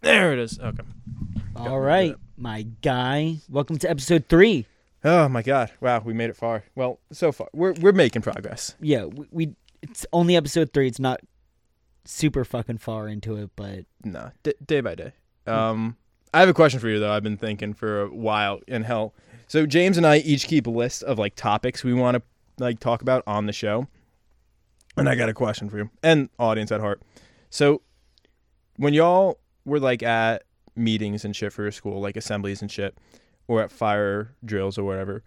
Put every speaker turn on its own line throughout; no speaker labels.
There it is. Okay.
All right, my guy. Welcome to episode three.
Oh my God! Wow, we made it far. Well, so far we're we're making progress.
Yeah, we, we it's only episode three. It's not super fucking far into it, but
No, d- day by day. Um, I have a question for you though. I've been thinking for a while. And hell, so James and I each keep a list of like topics we want to like talk about on the show. And I got a question for you and audience at heart. So, when y'all were like at meetings and shit for your school, like assemblies and shit, or at fire drills or whatever,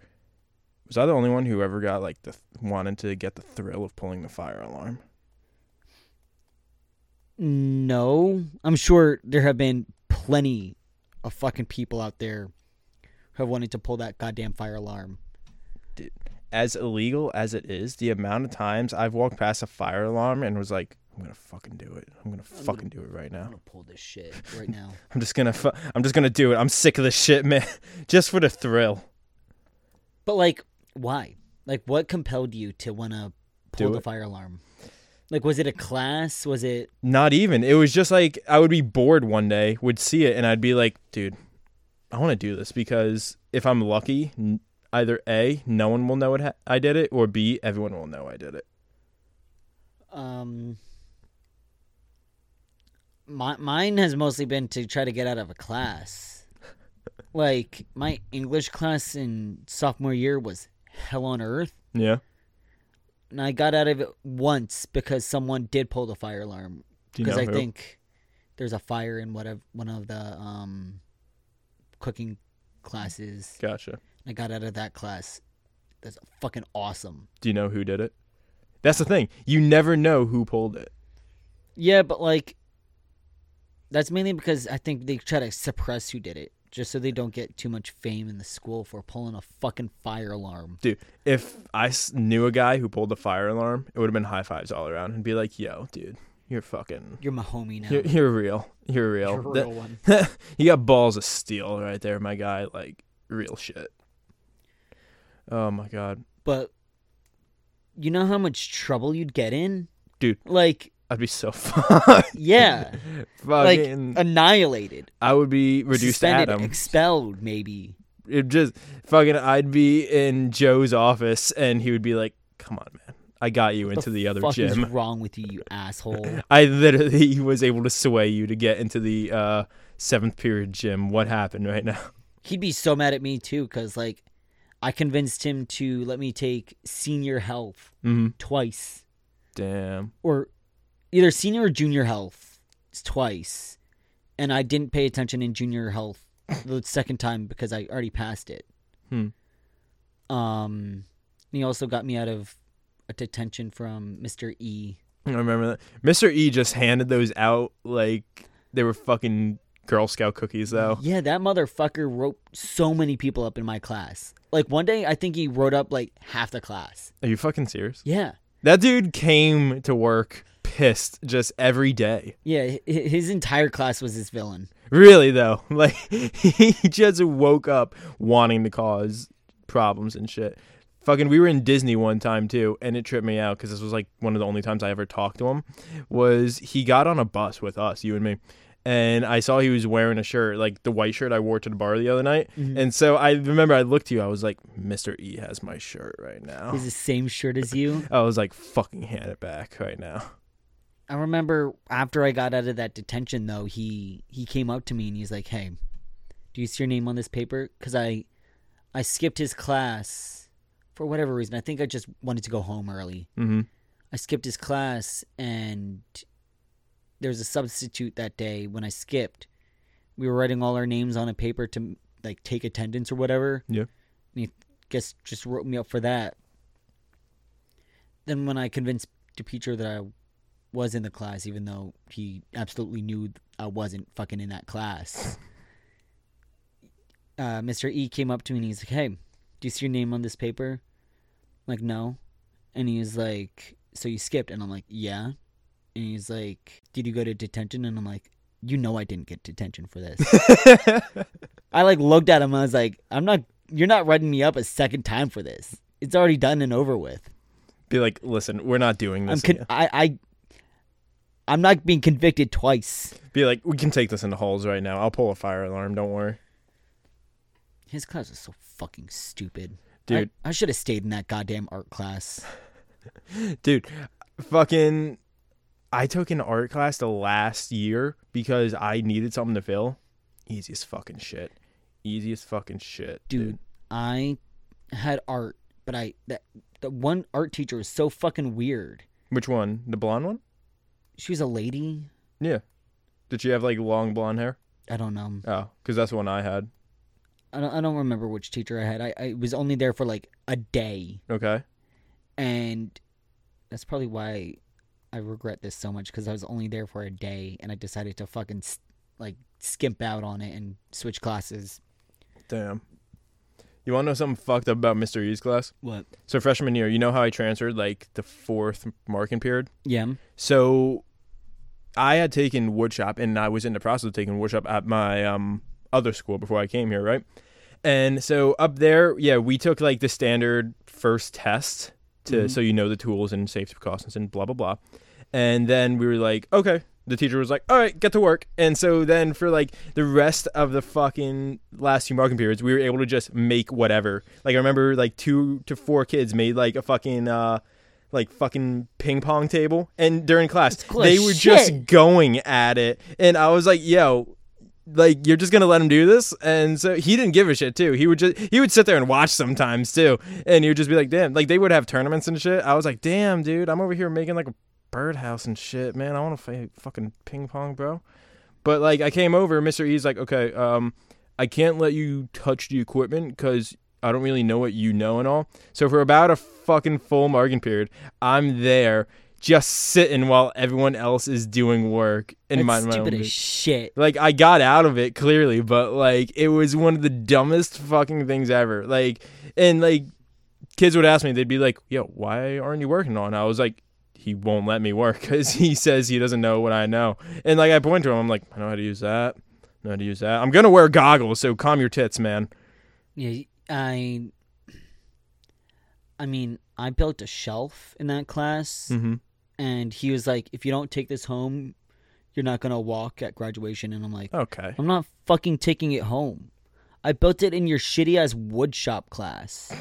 was I the only one who ever got like the wanted to get the thrill of pulling the fire alarm?
no, I'm sure there have been plenty of fucking people out there who have wanted to pull that goddamn fire alarm.
as illegal as it is, the amount of times I've walked past a fire alarm and was like, I'm gonna fucking do it. I'm gonna fucking do it right
I'm
now.
gonna pull this shit right now.
I'm just gonna, fu- I'm just gonna do it. I'm sick of this shit, man. just for the thrill.
But like, why? Like, what compelled you to want to pull
Do
the
it.
fire alarm? Like, was it a class? Was it?
Not even. It was just like I would be bored one day, would see it, and I'd be like, dude, I want to do this because if I'm lucky, n- either a, no one will know it ha- I did it, or b, everyone will know I did it.
Um, my mine has mostly been to try to get out of a class. Like my English class in sophomore year was hell on earth,
Yeah.
and I got out of it once because someone did pull the fire alarm
Do you
because
know
I
who?
think there's a fire in one of one of the um cooking classes.
Gotcha.
I got out of that class. That's fucking awesome.
Do you know who did it? That's the thing. You never know who pulled it.
Yeah, but like, that's mainly because I think they try to suppress who did it, just so they don't get too much fame in the school for pulling a fucking fire alarm.
Dude, if I s- knew a guy who pulled the fire alarm, it would have been high fives all around and be like, yo, dude, you're fucking,
You're my homie now.
you're, you're real. You're real.
You're a
That-
real one.
you got balls of steel right there, my guy. Like, real shit. Oh my God.
But you know how much trouble you'd get in,
Dude.
Like,
I'd be so fucked.
yeah, like
fucking,
annihilated,
I would be reduced to
uh, suspended,
atoms.
expelled, maybe.
it just fucking I'd be in Joe's office and he would be like, "Come on, man. I got you into the, other
fuck
gym."
is wrong with you, you asshole?
I literally was able to sway you to get into the uh, seventh period gym. What happened right now?
he'd be so mad at me too because like i convinced him to let me take senior health
Mm-hmm.
twice
Damn.
or either senior or junior health it's twice and i didn't pay attention in junior health the second time because i already passed it
Hmm.
um and he also got me out of a detention from mr e
I remember that. Mr. E just handed those out like they were fucking Girl Scout cookies, though.
Yeah, that motherfucker wrote so many people up in my class. Like one day, I think he wrote up like half the class.
Are you fucking serious?
Yeah.
That dude came to work pissed just every day.
Yeah, h- h- his entire class was his villain.
Really, though. Like, he just woke up wanting to cause problems and shit. Fucking, we were in Disney one time too, and it tripped me out because this was like one of the only times I ever talked to him. Was he got on a bus with us, you and me, and I saw he was wearing a shirt, like the white shirt I wore to the bar the other night. And so I remember I looked to you, I was like, Mr. E has my shirt right now.
He's the same shirt as you.
I was like, fucking hand it back right now.
I remember after I got out of that detention, though, he he came up to me and he's like, "Hey, do you see your name on this paper?" Because I I skipped his class for whatever reason. I think I just wanted to go home early.
Mm-hmm.
I skipped his class, and there was a substitute that day. When I skipped, we were writing all our names on a paper to like take attendance or whatever.
Yeah.
and he guess just wrote me up for that. Then when I convinced the teacher that I was in the class, even though he absolutely knew I wasn't fucking in that class, uh, Mr. E came up to me and he's like, "Hey, do you see your name on this paper?" I'm like, no. And he's like, so you skipped? And I'm like, yeah. And he's like, did you go to detention? And I'm like, you know I didn't get detention for this. I like looked at him and I was like, I'm not, you're not writing me up a second time for this. It's already done and over with.
Be like, listen, we're not doing
I'm
this.
con-
again."
I, I, I'm not being convicted twice.
Be like, we can take this into halls right now. I'll pull a fire alarm. Don't worry.
His class is so fucking stupid.
Dude.
I, I should have stayed in that goddamn art class.
Dude, fucking. I took an art class the last year because I needed something to fill. Easiest fucking shit. Easiest fucking shit.
Dude, I had art, but I that the one art teacher was so fucking weird.
Which one? The blonde one?
She was a lady.
Yeah. Did she have like long blonde hair?
I don't know.
Oh, because that's the one I had.
I don't, I don't remember which teacher I had. I, I was only there for like a day.
Okay.
and that's probably why I regret this so much because I was only there for a day and I decided to fucking s- like skimp out on it and switch classes.
Damn. You want to know something fucked up about Mr. E's class?
What?
So freshman year, you know how I transferred like the fourth marking period?
Yeah.
So I had taken woodshop and I was in the process of taking woodshop at my um, other school before I came here, right? And so up there, yeah, we took like the standard first test to
Mm-hmm.
so you know the tools and safety precautions and blah blah blah. And then we were like, okay. The teacher was like, all right, get to work. And so then for like the rest of the fucking last few marking periods, we were able to just make whatever. Like I remember like two to four kids made like a fucking uh like fucking ping pong table and during class
cool
they
as
were
shit.
just going at it and I was like, yo, like you're just gonna let him do this and so he didn't give a shit too he would just he would sit there and watch sometimes too and he would just be like damn like they would have tournaments and shit i was like damn dude i'm over here making like a birdhouse and shit man i want to play fucking ping pong bro but like i came over mr e's like okay um i can't let you touch the equipment because i don't really know what you know and all so for about a fucking full marking period i'm there just sitting while everyone else is doing work and
That's
minding my own
stupid as
business.
shit.
Like I got out of it clearly, but like it was one of the dumbest fucking things ever. Like and like kids would ask me, they'd be like, "Yo, why aren't you working on?" it?" I was like, "He won't let me work because he says he doesn't know what I know." And like I point to him, I'm like, "I know how to use that. I know how to use that. I'm gonna wear goggles, so calm your tits, man."
Yeah, I. I mean, I built a shelf in that class,
Mm-hmm.
and he was like, "If you don't take this home, you're not gonna walk at graduation." And I'm like,
Okay.
"I'm not fucking taking it home. I built it in your shitty ass woodshop class.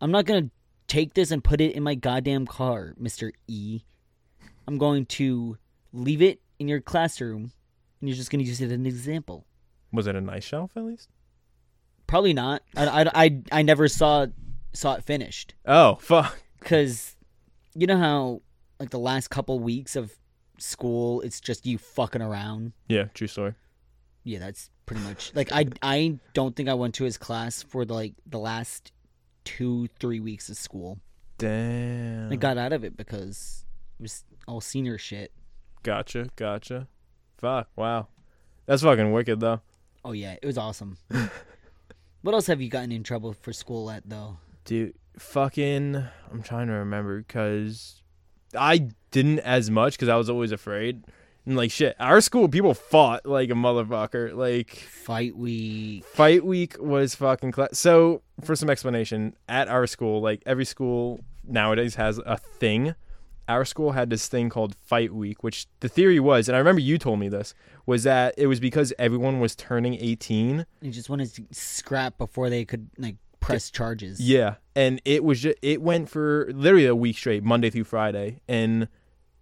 I'm not gonna take this and put it in my goddamn car, Mister E. I'm going to leave it in your classroom, and you're just gonna use it as an example."
Was it a nice shelf at least?
Probably not. I, I, I, I never saw saw it finished
Oh fuck.
because you know how like the last couple weeks of school it's just you fucking around.
Yeah, true story.
Yeah, that's pretty much like I I don't think I went to his class for the, like the last two three weeks of school.
Damn.
I got out of it because it was all senior shit.
gotcha. Gotcha. Fuck. Wow. That's fucking wicked though.
Oh yeah, it was awesome. what else have you gotten in trouble for school at though?
dude fucking i'm trying to remember because i didn't as much because i was always afraid and like shit our school people fought like a motherfucker like
Fight week.
fight week was fucking cla- so for some explanation at our school like every school nowadays has a thing our school had this thing called fight week which the theory was and i remember you told me this was that it was because everyone was turning 18
You just wanted to scrap before they could like press charges.
Yeah, and it was just, it went for literally a week straight, Monday through Friday, and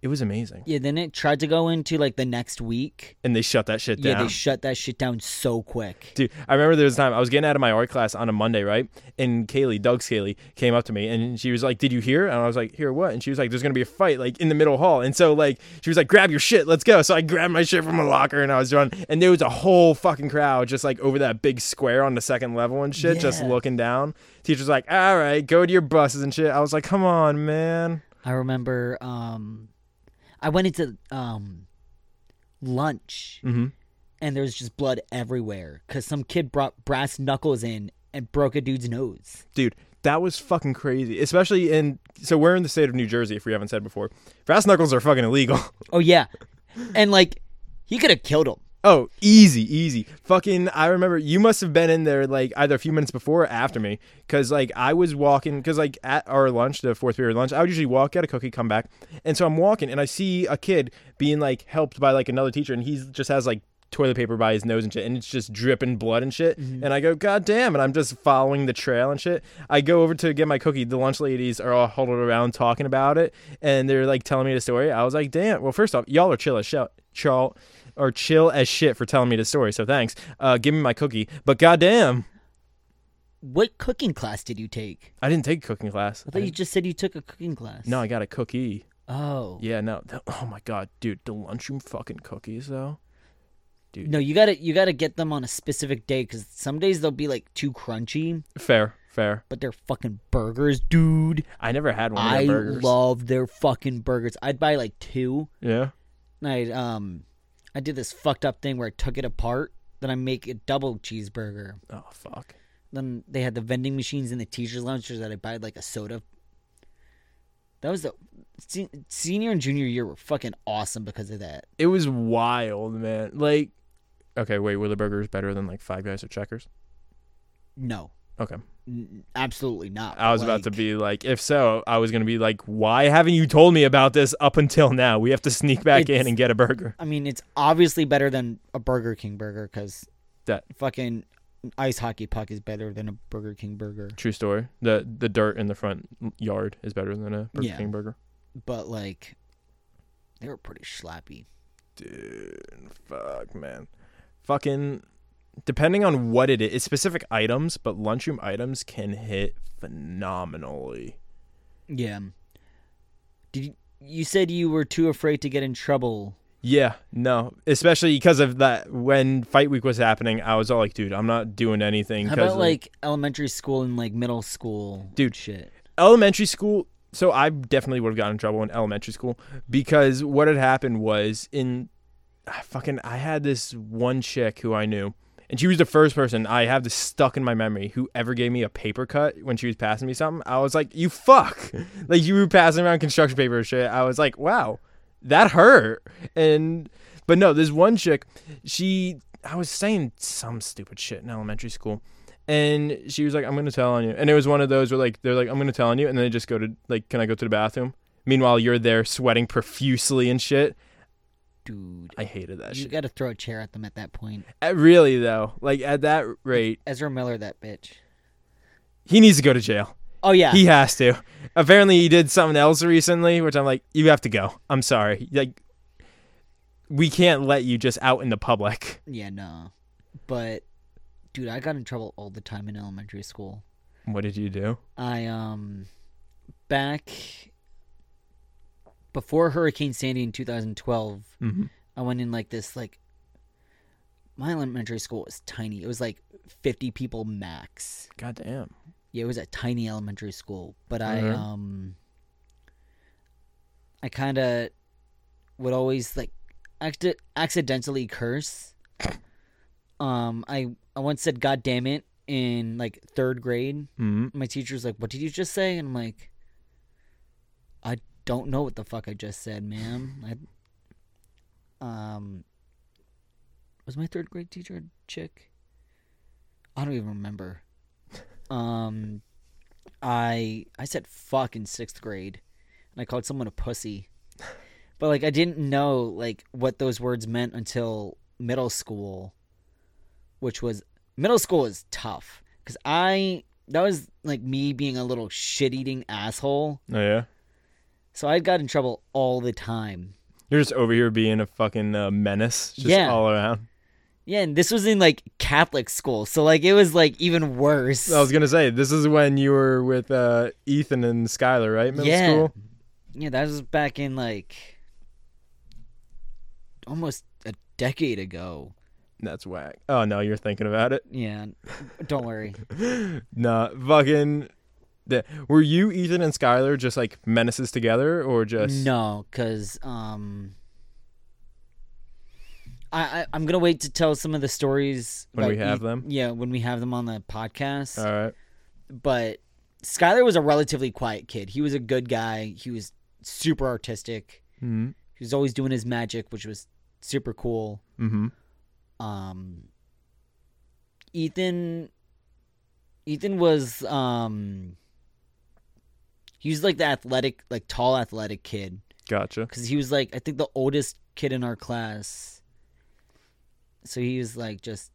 it was amazing.
Yeah, then it tried to go into like the next week.
And they shut that shit down.
Yeah, they shut that shit down so quick.
Dude, I remember there was a time I was getting out of my art class on a Monday, right? And Kaylee, Doug Scaly, came up to me and she was like, Did you hear? And I was like, Hear what? And she was like, There's gonna be a fight like in the middle hall. And so like she was like, Grab your shit, let's go. So I grabbed my shit from a locker and I was running and there was a whole fucking crowd just like over that big square on the second level and shit, just
Yeah.
looking down. Teacher's like, All right, go to your buses and shit. I was like, Come on, man.
I remember um I went into um lunch
Mm-hmm.
and there was just blood everywhere cuz some kid brought brass knuckles in and broke a dude's nose.
dude that was fucking crazy especially in so we're in the state of new jersey if we haven't said before brass knuckles are fucking illegal
Oh yeah. And like he could have killed him.
Oh, easy, easy. Fucking, I remember you must have been in there like either a few minutes before or after me, because like I was walking, because like at our lunch, the fourth period lunch, I would usually walk, get a cookie, come back, and so I'm walking and I see a kid being like helped by like another teacher, and he just has like toilet paper by his nose and shit, and it's just dripping blood and shit,
Mm-hmm.
and I go, God damn, and I'm just following the trail and shit. I go over to get my cookie. The lunch ladies are all huddled around talking about it, and they're like telling me the story. I was like, damn. Well, first off, y'all are chill as shit. Charl or chill as shit for telling me the story. So thanks. Uh, give me my cookie. But goddamn,
What cooking class did you take?
I didn't take a cooking class.
I thought you just said you took a cooking class.
no, I got a cookie.
Oh.
Yeah, no. th- oh my god, dude, the lunchroom fucking cookies though.
No, you gotta you gotta get them on a specific day because some days they'll be like too crunchy,
Fair, fair.
but they're fucking burgers, dude.
I never had one of
I
their Oh, burgers.
love their fucking burgers. I'd buy like two.
yeah.
And I um, I did this fucked up thing where I took it apart. Then I make a double cheeseburger.
Oh fuck.
Then they had the vending machines in the teachers' lounge so that I buy like a soda. That was the se- senior and junior year were fucking awesome because of that.
It was wild, man. Like, okay, wait, were the burgers better than like Five Guys or Checkers?
No,
Okay.
n- absolutely not.
I was about to
Like,
be like, if so, I was gonna be like, why haven't you told me about this up until now? We have to sneak back in
It's-
and get a burger.
I mean, it's obviously better than a Burger King burger because
That
fucking ice hockey puck is better than a Burger King burger.
True story. The the dirt in the front yard is better than a Burger
Yeah.
King burger.
But like, they were pretty slappy.
Dude, fuck, man. Fucking depending on what it is, it's specific items, but lunchroom items can hit phenomenally.
Yeah. Did you, you said you were too afraid to get in trouble?
Yeah, no, especially because of that. When fight week was happening, I was all like, "Dude, I'm not doing anything."
How
'cause
about
of-
like elementary school and like middle school,
Dude.
Shit.
elementary school so i definitely would have gotten in trouble in elementary school because what had happened was in I fucking i had this one chick who i knew and she was the first person i have this stuck in my memory who ever gave me a paper cut when she was passing me something i was like you fuck like you were passing around construction paper and shit i was like wow that hurt and but no this one chick she i was saying some stupid shit in elementary school and she was like, "I'm gonna tell on you." And it was one of those where like they're like, "I'm gonna tell on you," and then they just go to like, "Can I go to the bathroom?" Meanwhile, you're there sweating profusely and shit.
Dude,
I hated that
you
shit.
got to throw a chair at them at that point.
Uh, really though, like at that rate,
Ezra Miller, that bitch.
he needs to go to jail.
Oh yeah.
He has to. Apparently, he did something else recently, which I'm like, "You have to go." I'm sorry. Like, we can't let you just out in the public.
yeah, no. But dude, I got in trouble all the time in elementary school.
What did you do?
I um back before Hurricane Sandy in 2012,
Mm-hmm.
I went in like this like my elementary school was tiny. It was like 50 people max.
God damn.
Yeah, it was a tiny elementary school, but I
Mhm.
um I kind of would always like acti- accidentally curse. Um I I once said god damn it in like 3rd grade.
hmm
My teacher's like, "What did you just say?" And I'm like, "I don't know what the fuck I just said, ma'am." I um was my 3rd grade teacher a chick? I don't even remember. Um, I I said fuck in sixth grade, and I called someone a pussy, but like I didn't know like what those words meant until middle school, which was middle school is tough because I that was like me being a little shit eating asshole,
Oh yeah.
so I got in trouble all the time.
You're just over here being a fucking uh, menace, just
Yeah.
all around.
Yeah, and this was in like Catholic school, so like it was like even worse.
I was gonna say this is when you were with uh, Ethan and Skylar, right? Middle
Yeah.
school.
Yeah, that was back in like almost a decade ago.
That's whack. Oh no, you're thinking about it.
Yeah, don't worry.
Nah, fucking. The, were you Ethan and Skylar just like menaces together, or just
No, because um, I, I I'm gonna wait to tell some of the stories
When we
about e-,
have them?
Yeah, when we have them on the podcast.
All right.
But Skylar was a relatively quiet kid. He was a good guy. He was super artistic.
Mm-hmm.
He was always doing his magic, which was super cool.
Mm-hmm.
um Ethan Ethan was um he was like the athletic like tall athletic kid
Gotcha.
cuz he was like I think the oldest kid in our class. So he was like just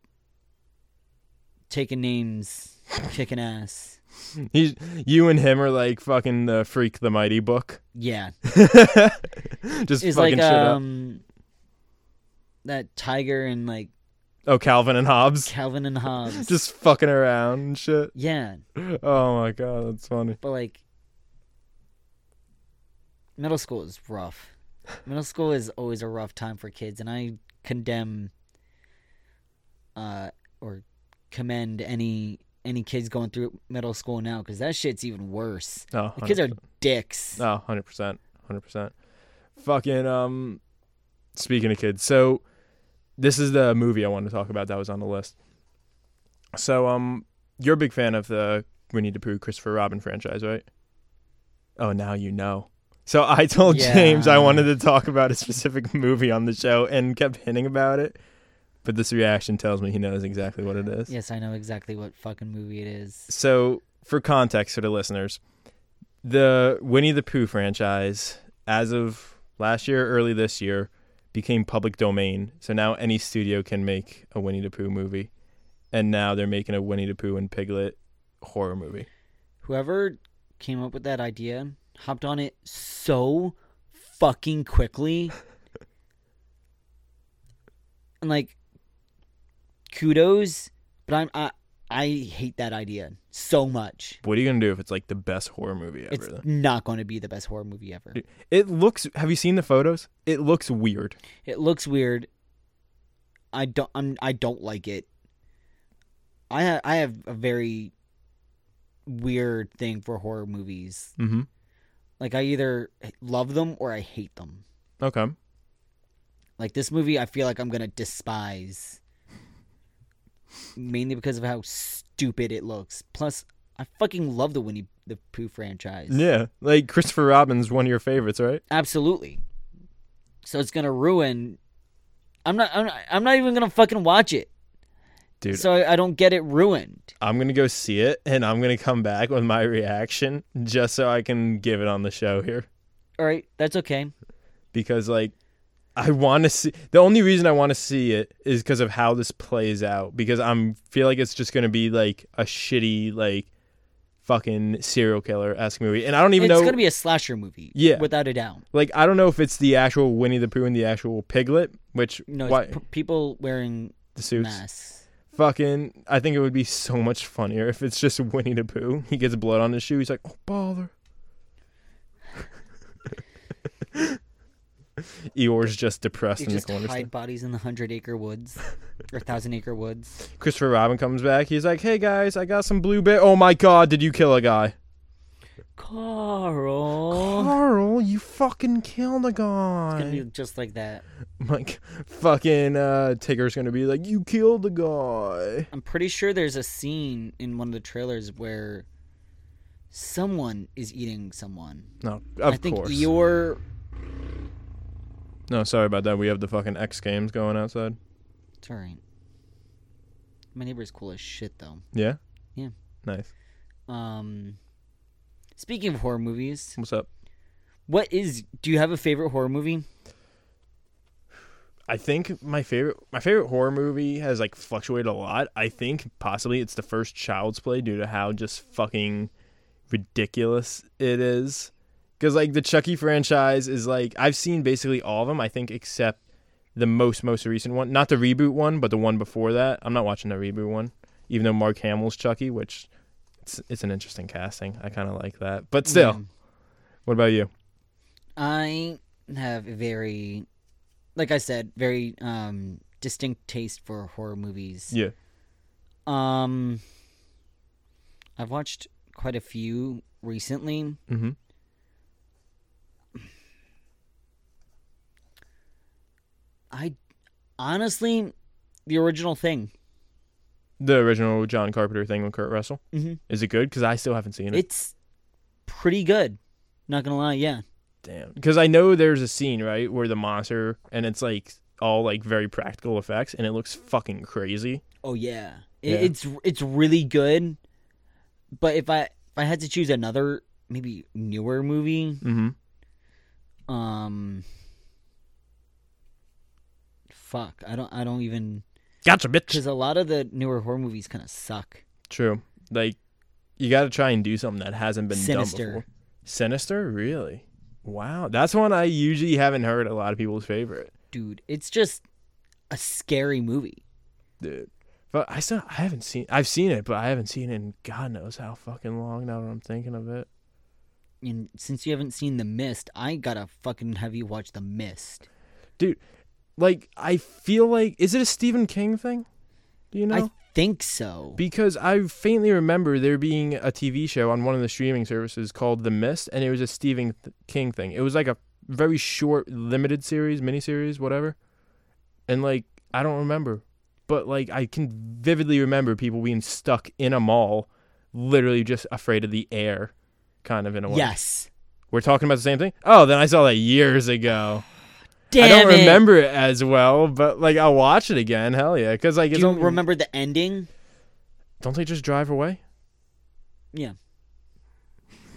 taking names, kicking ass.
He's, you and him are like fucking the Freak the Mighty book.
Yeah.
Just fucking
It's like
shit up.
um that tiger and like
Oh, Calvin and Hobbes.
Calvin and Hobbes.
Just fucking around and shit.
yeah,
Oh my god, that's funny.
but like middle school is rough. Middle school is always a rough time for kids, and I condemn uh, or commend any any kids going through middle school now because that shit's even worse.
Oh,
The kids are dicks.
Oh, 100%. 100%. Fucking um speaking of kids. So this is the movie I wanted to talk about that was on the list. So um you're a big fan of the Winnie the Pooh Christopher Robin franchise, right? Oh, now you know. So I told
Yeah.
James I wanted to talk about a specific movie on the show and kept hinting about it. But this reaction tells me he knows exactly what it is.
Yes, I know exactly what fucking movie it is.
So, for context for the listeners, the Winnie the Pooh franchise, as of last year, early this year, became public domain. So now any studio can make a Winnie the Pooh movie. And now they're making a Winnie the Pooh and Piglet horror movie.
Whoever came up with that idea hopped on it so fucking quickly. and like kudos, but I'm I I hate that idea so much.
What are you going to do if it's like the best horror movie ever?
It's
though?
not going to be the best horror movie ever.
Dude, It looks, have you seen the photos? It looks weird.
It looks weird. I don't I'm I don't like it. I ha- I have a very weird thing for horror movies.
Mm hmm.
Like I either love them or I hate them.
Okay.
Like this movie, I feel like I'm gonna despise, mainly because of how stupid it looks. Plus, I fucking love the Winnie the Pooh franchise.
Yeah. Like Christopher Robin's one of your favorites, right?
Absolutely. So it's gonna ruin. I'm not. I'm not, I'm not even gonna fucking watch it.
Dude,
So I, I don't get it ruined.
I'm gonna go see it and I'm gonna come back with my reaction just so I can give it on the show here
All right, that's okay.
because like I want to see the only reason I want to see it is because of how this plays out because I'm feel like it's just gonna be like a shitty like fucking serial killer esque movie and I don't even
it's
know
gonna be a slasher movie.
Yeah.
without a doubt.
like I don't know if it's the actual Winnie the Pooh and the actual Piglet which
No,
why
it's p- people wearing
the suits
masks.
fucking I think it would be so much funnier if it's just Winnie the Pooh he gets blood on his shoe he's like oh bother Eeyore's just depressed
You
in the
just
corner.
hide bodies in the hundred acre woods or thousand acre woods.
Christopher Robin comes back. He's like, "Hey guys, I got some blue bear. Oh my god, did you kill a guy?
Carl.
Carl, you fucking killed a guy.
Oh. Gonna be just like that.
like, fucking uh, Tigger's gonna be like, "You killed a guy."
I'm pretty sure there's a scene in one of the trailers where someone is eating someone.
No, of
I think
course.
Eeyore.
no, sorry about that. We have the fucking X Games going outside.
It's alright. My neighbor's cool as shit though.
Yeah.
Yeah.
Nice.
Um, speaking of horror movies,
What's up?
what is? Do you have a favorite horror movie?
I think my favorite my favorite horror movie has like fluctuated a lot. I think possibly it's the first Child's Play due to how just fucking ridiculous it is. Cuz like the Chucky franchise is like I've seen basically all of them I think except the most most recent one, not the reboot one, but the one before that. I'm not watching the reboot one even though Mark Hamill's Chucky, which it's it's an interesting casting. I kind of like that. But still,
Yeah.
what about you?
I have a very, like I said, very um distinct taste for horror movies.
Yeah.
Um, I've watched quite a few recently.
Mhm.
I honestly, the original thing.
The original John Carpenter thing with Kurt Russell.
Mhm.
Is it good? Cuz I still haven't seen Mm-hmm. it.
It's pretty good. Not gonna lie, yeah.
Damn. Because I know there's a scene, right, where the monster and it's like all like very practical effects, and it looks fucking crazy.
Oh yeah. It,
Yeah.
it's it's really good. But if I if I had to choose another maybe newer movie,
Mm-hmm.
um fuck, I don't I don't even
Gotcha, bitch.
cuz a lot of the newer horror movies kind of suck.
True. Like, you got to try and do something that hasn't been
Sinister.
done before. Sinister, really? Wow, that's one I usually haven't heard a lot of people's favorite,
Dude, it's just a scary movie.
dude. But I still I haven't seen. I've seen it, but I haven't seen it in God knows how fucking long. Now that I'm thinking of it,
And since you haven't seen The Mist, I got to fucking have you watch The Mist.
like I feel like is it a Stephen King thing? Do you know?
I think so.
Because I faintly remember there being a TV show on one of the streaming services called The Mist, and it was a Stephen th- King thing. It was like a very short, limited series, miniseries, whatever. And like, I don't remember, but like, I can vividly remember people being stuck in a mall, literally just afraid of the air, kind of in a way.
yes.
We're talking about the same thing? Oh, then I saw that years ago.
Damn
I don't
it.
remember it as well, but like, I'll watch it again. Hell yeah. Because like,
Do
it's
you
only-
remember the ending?
don't they just drive away?
Yeah.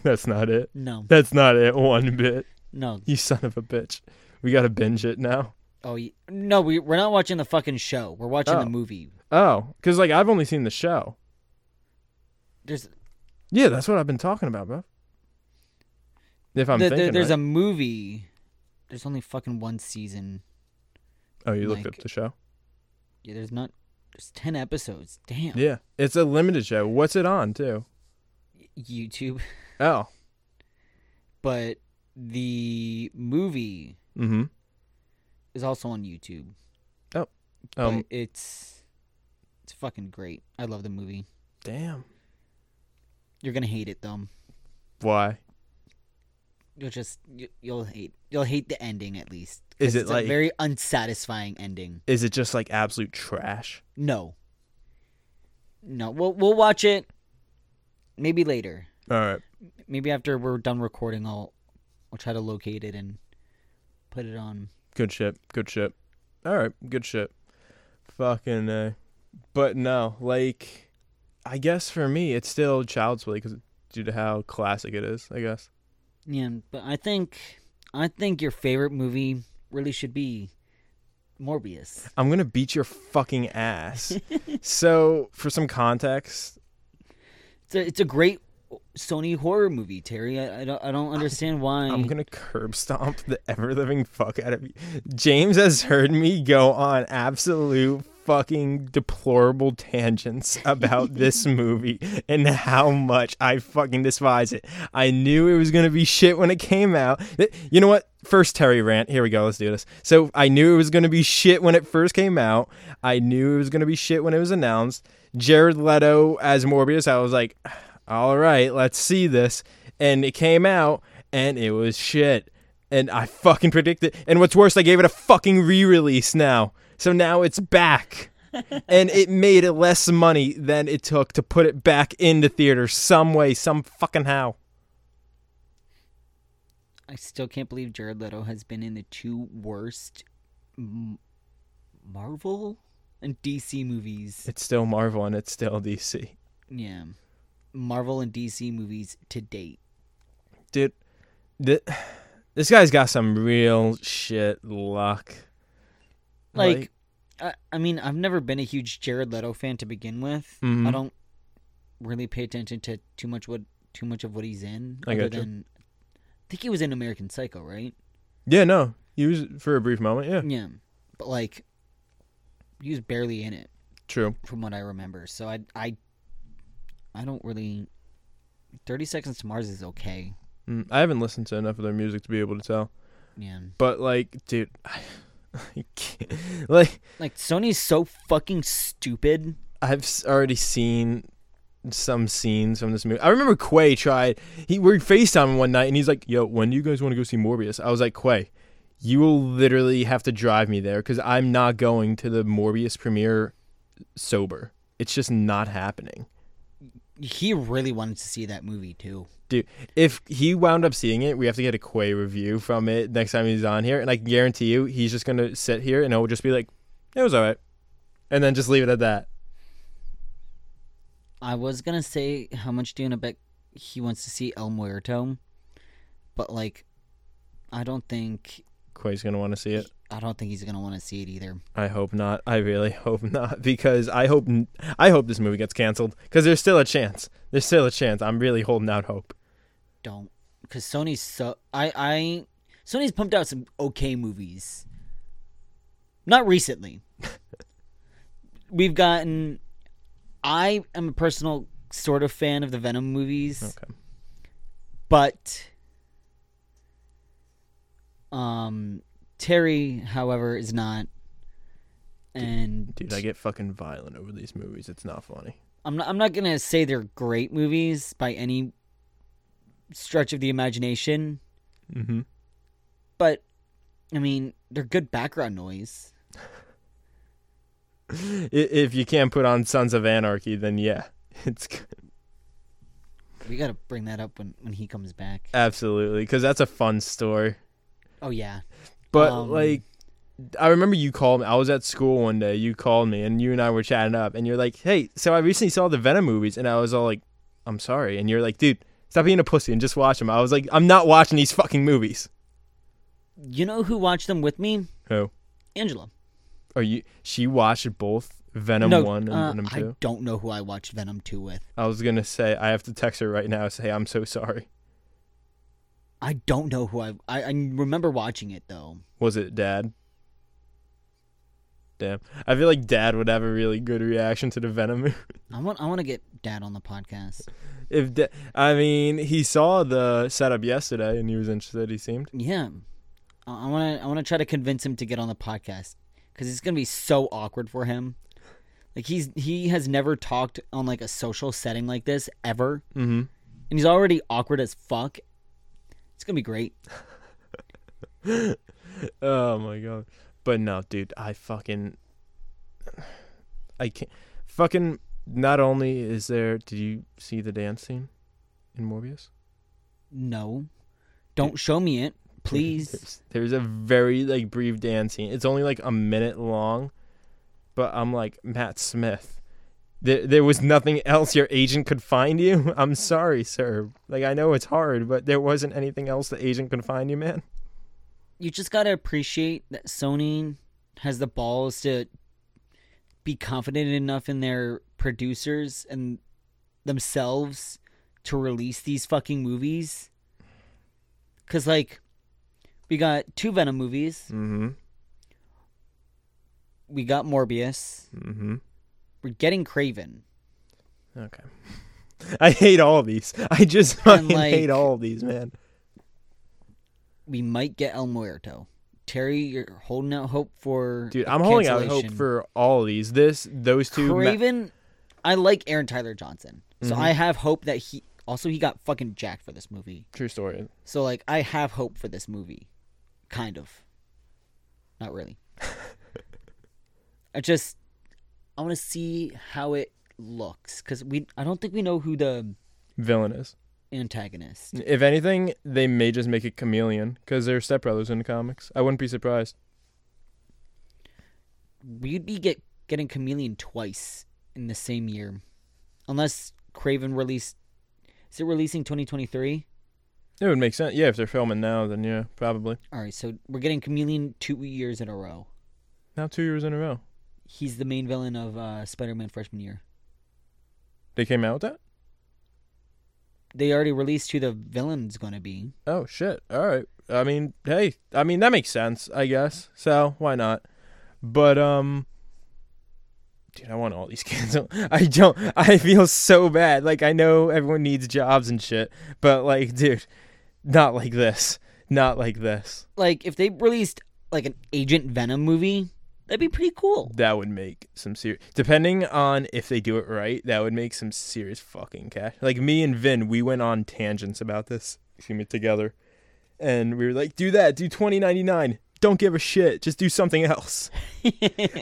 That's not it.
No.
That's not it one bit.
No.
You son of a bitch. We gotta binge it now.
Oh y- no, we we're not watching the fucking show. We're watching
Oh.
the movie.
Oh, because like I've only seen the show.
There's
Yeah, that's what I've been talking about, bro. If I'm
the, the-
thinking,
there's
right.
a movie. There's only fucking one season.
oh, you looked
like-
up the show.
Yeah, there's not. There's ten episodes. Damn.
Yeah, it's a limited show. What's it on too?
YouTube,
Oh,
but the movie
mm-hmm.
is also on YouTube.
Um,
but it's it's fucking great. I love the movie.
damn.
You're gonna hate it though.
Why
You'll just you, you'll hate you'll hate the ending at least. 'cause
Is it
it's
like-
a very unsatisfying ending?
is it just like absolute trash?
No. No, we'll we'll watch it. Maybe later.
All right,
Maybe after we're done recording, I'll I'll try to locate it and put it on.
good shit. Good shit. All right, good shit. Fucking. Uh, but no, like, I guess for me, it's still Child's Play because due to how classic it is. I guess.
Yeah, but I think I think your favorite movie really should be Morbius.
I'm gonna beat your fucking ass. so, for some context,
It's a, it's a great Sony horror movie, Terry. I, I don't I don't understand why.
I'm gonna curb stomp the ever living fuck out of you. James has heard me go on absolute fucking deplorable tangents about this movie and how much I fucking despise it. I knew it was gonna be shit when it came out. Th- You know what? First Terry rant. Here we go. Let's do this. So I knew it was gonna be shit when it first came out. I knew it was gonna be shit when it was announced. Jared Leto as Morbius. I was like, all right, let's see this. And it came out and it was shit. And I fucking predicted. And what's worse, I gave it a fucking re release now. So now it's back. and it made less money than it took to put it back into theaters some way, some fucking how.
I still can't believe Jared Leto has been in the two worst m- Marvel and DC movies.
It's still Marvel and it's still DC.
Yeah. Marvel and DC movies to date.
Dude, th- this guy's got some real shit luck.
Like, I, I mean, I've never been a huge Jared Leto fan to begin with.
Mhm.
I don't really pay attention to too much what too much of what he's in.
I
other
gotcha.
than- I think he was in American Psycho, right?
yeah, no. He was for a brief moment. Yeah,
Yeah. But like he was barely in it
true.
from what I remember. So I I I don't really 30 Seconds to Mars is okay.
Mm, I haven't listened to enough of their music to be able to tell.
Yeah.
But like, dude, I, I can't- like
Like Sony's so fucking stupid.
I've s- already seen some scenes from this movie. I remember Quay tried. He we were FaceTiming one night, and he's like, "Yo, when do you guys want to go see Morbius?" I was like, "Quay, you will literally have to drive me there because I'm not going to the Morbius premiere sober. It's just not happening."
he really wanted to see that movie too.
Dude, if he wound up seeing it, we have to get a Quay review from it next time he's on here, and I can guarantee you, he's just gonna sit here and he'll just be like, "It was alright," and then just leave it at that.
I was gonna say how much do you bet he wants to see El Muerto, but like, I don't think
Quay's gonna want to see it.
I don't think he's gonna want to see it either.
I hope not. I really hope not because I hope n- I hope this movie gets canceled because there's still a chance. There's still a chance. I'm really holding out hope.
Don't because Sony's so I I Sony's pumped out some okay movies. Not recently. We've gotten. I am a personal sort of fan of the Venom movies.
Okay.
But um Terry, however, is not. And
Dude, I get fucking violent over these movies. It's not funny.
I'm not I'm not gonna say they're great movies by any stretch of the imagination,
Mhm.
but I mean they're good background noise.
I- If you can't put on Sons of Anarchy, then yeah, it's g-
We gotta bring that up when, when he comes back.
absolutely because that's a fun story.
Oh yeah.
But
Um,
like, I remember you called me. I was at school one day. You called me, and you and I were chatting up, and you're like, "Hey, so I recently saw the Venom movies," and I was all like, "I'm sorry," and you're like, "Dude, stop being a pussy and just watch them." I was like, "I'm not watching these fucking movies."
You know who watched them with me?
Who?
Angela.
Are you? She watched both Venom
no,
One and
uh,
Venom
I
Two.
don't know who I watched Venom two with.
I was gonna say I have to text her right now. Say I'm so sorry.
I don't know who I I, I remember watching it though.
Was it Dad? Damn, I feel like Dad would have a really good reaction to the Venom movie.
I want I want to get Dad on the podcast.
If da- I mean, he saw the setup yesterday and he was interested. He seemed.
Yeah, I want to. I want to try to convince him to get on the podcast because it's gonna be so awkward for him. Like he's he has never talked on like a social setting like this ever,
Mm-hmm.
and he's already awkward as fuck. It's gonna be great.
Oh my god! But no, dude, I fucking, I can't. Fucking. Not only is there, did you see the dance scene in Morbius?
No, don't show me it, please.
There's, there's a very like brief dance scene. It's only like a minute long, but I'm like Matt Smith. There, there was nothing else your agent could find you. I'm sorry, sir. Like I know it's hard, but there wasn't anything else the agent could find you, man.
You just gotta appreciate that Sony has the balls to be confident enough in their producers and themselves to release these fucking movies. Cause like we got two Venom movies,
Mm-hmm.
we got Morbius,
Mm-hmm.
we're getting Craven.
Okay. I hate all these. I just
And,
fucking hate
like-
all these, man.
We might get El Muerto. Terry, you're holding out hope for
Dude,
a
I'm holding out hope
cancellation.
for all these. This, those two. ma-
Craven. I like Aaron Tyler Johnson, so I have hope that he also he got fucking jacked for this movie.
True story.
So like I have hope for this movie. Kind of. Not really. I just I want to see how it looks cuz we I don't think we know who the
Villainous.
antagonist.
If anything, they may just make it chameleon because they're stepbrothers in the comics. I wouldn't be surprised.
We'd be get getting Chameleon twice in the same year. Unless Craven released Is it releasing 2023?
It would make sense. Yeah, if they're filming now, then yeah, probably.
All right, so we're getting Chameleon 2 years in a row.
Now two years in a row.
He's the main villain of uh, Spider-Man freshman year.
They came out with that?
They already released who the villain's going to be.
Oh, shit. All right. I mean, hey, I mean, that makes sense, I guess. So why not? But, um,. Dude, I want all these canceled. I don't. I feel so bad. Like I know everyone needs jobs and shit, but like, dude, not like this. Not like this.
like if they released like an Agent Venom movie, that'd be pretty cool.
That would make some serious. Depending on if they do it right, that would make some serious fucking cash. Like me and Vin, we went on tangents about this. Excuse me, together, and we were like, "Do that. Do twenty ninety nine. Don't give a shit. Just do something else.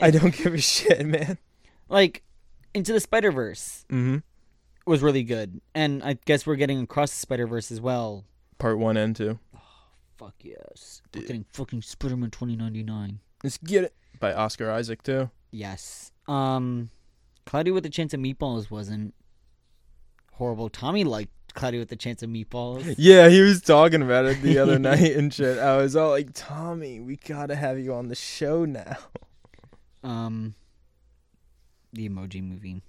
I don't give a shit, man."
Like Into the Spider Verse.
Mm-hmm.
was really good, and I guess we're getting across the Spider Verse as well.
Part one and two.
Fuck yes, we're getting fucking Spider Man twenty ninety nine.
Let's get it by Oscar Isaac too.
Yes. Um, Cloudy with a Chance of Meatballs wasn't horrible. Tommy liked Cloudy with a Chance of Meatballs.
Yeah, he was talking about it the other night and shit. I was all like, Tommy, we gotta have you on the show now.
Um, the Emoji Movie.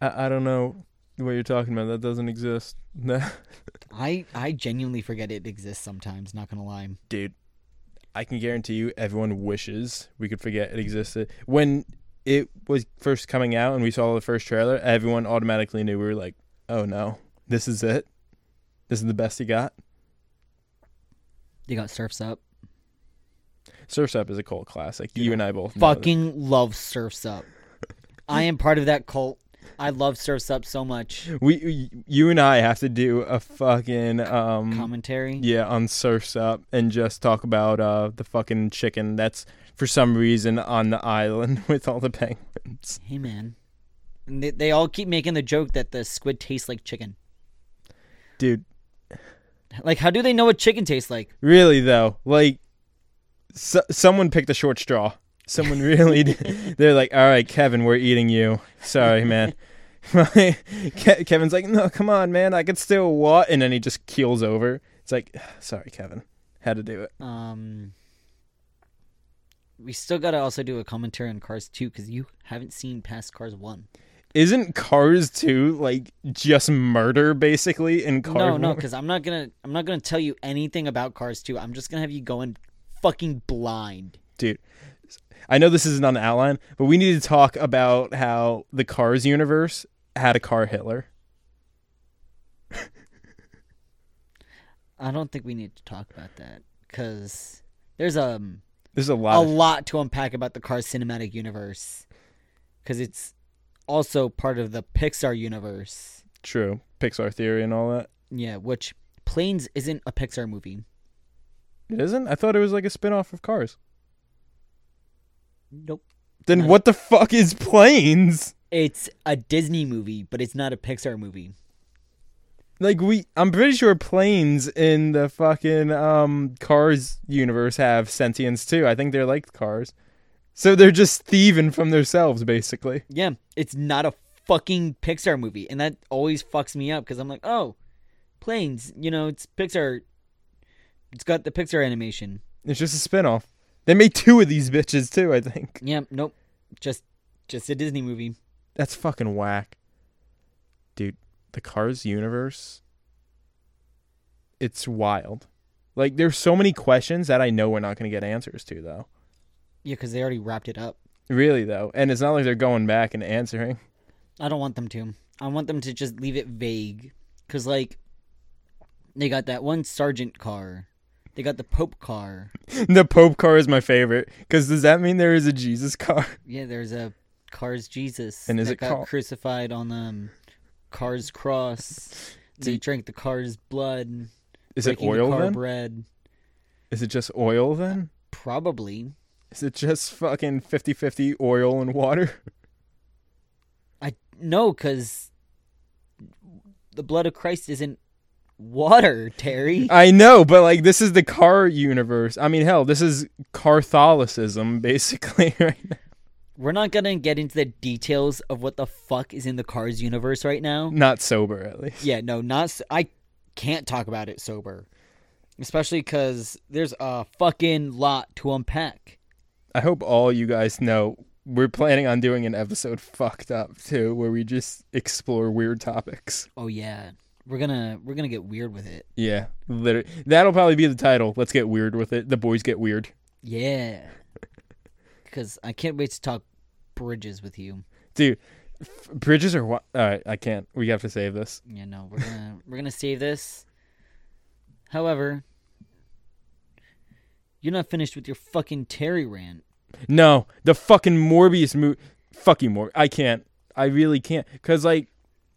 I, I don't know what you're talking about. That doesn't exist. No,
I I genuinely forget it exists sometimes. Not gonna lie.
dude. I can guarantee you, everyone wishes we could forget it existed. When it was first coming out and we saw the first trailer, everyone automatically knew we were like, "Oh no, this is it. This is the best he got."
They got Surfs Up.
Surf's Up is a cult classic. You and I both know that.
Fucking love Surfs Up. I am part of that cult. I love Surfs Up so much.
We, we- you and I have to do a fucking um
Commentary.
yeah on Surf's Up and just talk about uh the fucking chicken that's for some reason on the island with all the penguins.
Hey man. And they, they all keep making the joke that the squid tastes like chicken.
Dude,
Like, how do they know what chicken tastes like?
really though, like so- someone picked a short straw. Someone really did. They're like, "All right, Kevin, we're eating you." Sorry, man. Ke- Kevin's like, "No, come on, man. I could still what?" And then he just keels over. It's like, "Sorry, Kevin. Had to do it."
Um, we still gotta also do a commentary on Cars 2 because you haven't seen past Cars 1.
Isn't Cars 2 like just murder basically in Cars?
no, no, because I'm not gonna I'm not gonna tell you anything about Cars 2. I'm just gonna have you going fucking blind.
Dude, I know this isn't on the outline, but we need to talk about how the Cars universe had a car Hitler.
I don't think we need to talk about that because there's um,
There's a
a
lot. of,
lot to unpack about the Cars cinematic universe because it's also part of the Pixar universe.
true. Pixar theory and all that.
Yeah, which Planes isn't a Pixar movie.
It isn't? I thought it was like a spin off of Cars.
Nope.
Then what the fuck is planes?
It's a Disney movie, but it's not a Pixar movie.
Like we I'm pretty sure planes in the fucking um Cars universe have sentience too. I think they're like cars. So they're just thieving from themselves basically.
Yeah, it's not a fucking Pixar movie, and that always fucks me up because I'm like, oh, Planes, you know, it's Pixar. It's got the Pixar animation.
It's just a spinoff. They made two of these bitches too, I think.
Yeah, nope, just just a Disney movie.
That's fucking whack. Dude, the Cars universe it's wild. Like there's so many questions that I know we're not going to get answers to though.
Yeah, because they already wrapped it up.
Really though. And it's not like they're going back and answering.
I don't want them to. I want them to just leave it vague. Because, like, they got that one sergeant car. They got the Pope car.
the Pope car is my favorite cuz does that mean there is a Jesus car?
Yeah, there's a Cars Jesus.
And is
that
it
got
called-
crucified on um, Cars cross. they drank the Cars blood.
Is it
breaking the
oil
car
then?
bread.
Is it just oil then?
Probably.
Is it just fucking 50/50 oil and water?
I no, because the blood of Christ isn't water, Terry.
I know, but like this is the car universe. I mean, hell, this is Cartholicism basically right now.
We're not gonna get into the details of what the fuck is in the Cars universe right now.
Not sober at least.
Yeah, no, not. s- I can't talk about it sober, especially because there's a fucking lot to unpack.
I hope all you guys know we're planning on doing an episode fucked up too where we just explore weird topics.
Oh yeah, we're gonna we're gonna get weird with it.
Yeah, literally. That'll probably be the title. Let's get weird with it. The boys get weird.
Yeah, because I can't wait to talk bridges with you.
Dude, f- bridges are what? All right, I can't. We have to save this.
Yeah, no, we're gonna we're gonna save this. However, you're not finished with your fucking Terry rant.
No, the fucking Morbius movie. Fuck you, Morbius. I can't. I really can't. Because, like,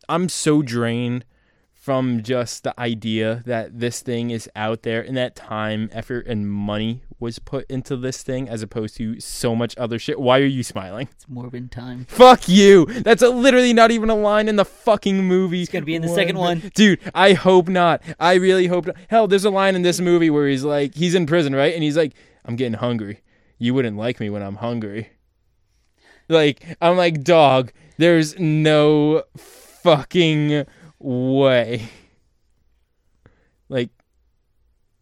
I'm so drained from just the idea that this thing is out there and that time, effort, and money was put into this thing as opposed to so much other shit. Why are you smiling?
It's Morbin time.
Fuck you. That's a, literally not even a line in the fucking movie.
It's gonna be in the second one.
Dude, I hope not. I really hope not. Hell, there's a line in this movie where he's like, he's in prison, right? And he's like, I'm getting hungry. You wouldn't like me when I'm hungry. Like, I'm like, dog, there's no fucking way. Like,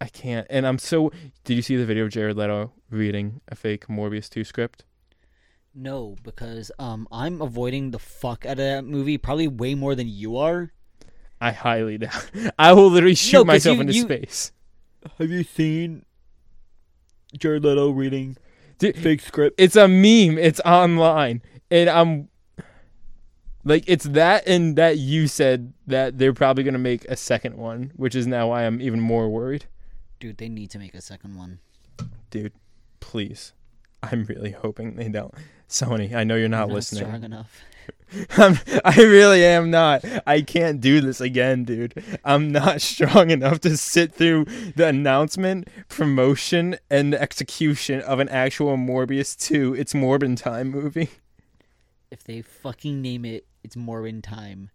I can't. And I'm so. Did you see the video of Jared Leto reading a fake Morbius 2 script?
No, because um, I'm avoiding the fuck out of that movie probably way more than you are.
I highly doubt. I will literally shoot
'cause
myself
you-
into
you-
space.
Have you seen Jared Leto reading
Dude,
fake script?
it's a meme. It's online, and I'm like, it's that and that you said that they're probably gonna make a second one, which is now why I'm even more worried.
Dude, they need to make a second one.
Dude, please. I'm really hoping they don't. Sony, I know you're not
Not
listening.
strong enough.
I'm, I really am not. I can't do this again, dude. I'm not strong enough to sit through the announcement, promotion, and execution of an actual Morbius 2 It's Morbin Time movie.
If they fucking name it, it's Morbin time.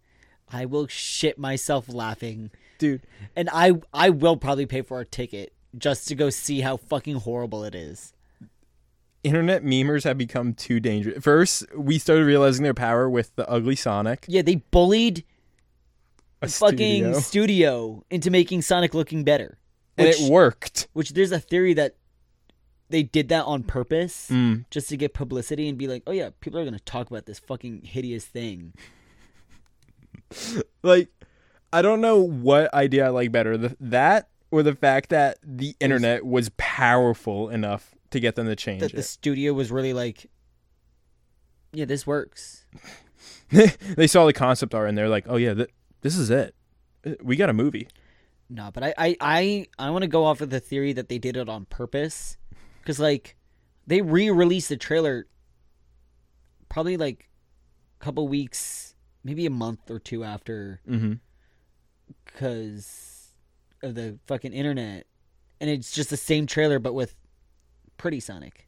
I will shit myself laughing,
Dude,
and I I will probably pay for a ticket just to go see how fucking horrible it is.
internet memers have become too dangerous. First, we started realizing their power with the ugly Sonic.
Yeah, they bullied
a
fucking
studio,
studio. into making Sonic looking better.
and
Which,
it worked.
which there's a theory that they did that on purpose
Mm.
just to get publicity and be like, oh yeah, people are gonna talk about this fucking hideous thing.
Like, I don't know what idea I like better, the, that or the fact that the internet was powerful enough to get them to change
That
it.
the studio was really like, yeah, this works.
they saw the concept art and they're like, "Oh yeah, th- this is it. We got a movie."
No, but I I I, I want to go off of the theory that they did it on purpose, because like they re-released the trailer probably like a couple weeks, maybe a month or two after
Mm-hmm.
because of the fucking internet, and it's just the same trailer but with pretty Sonic.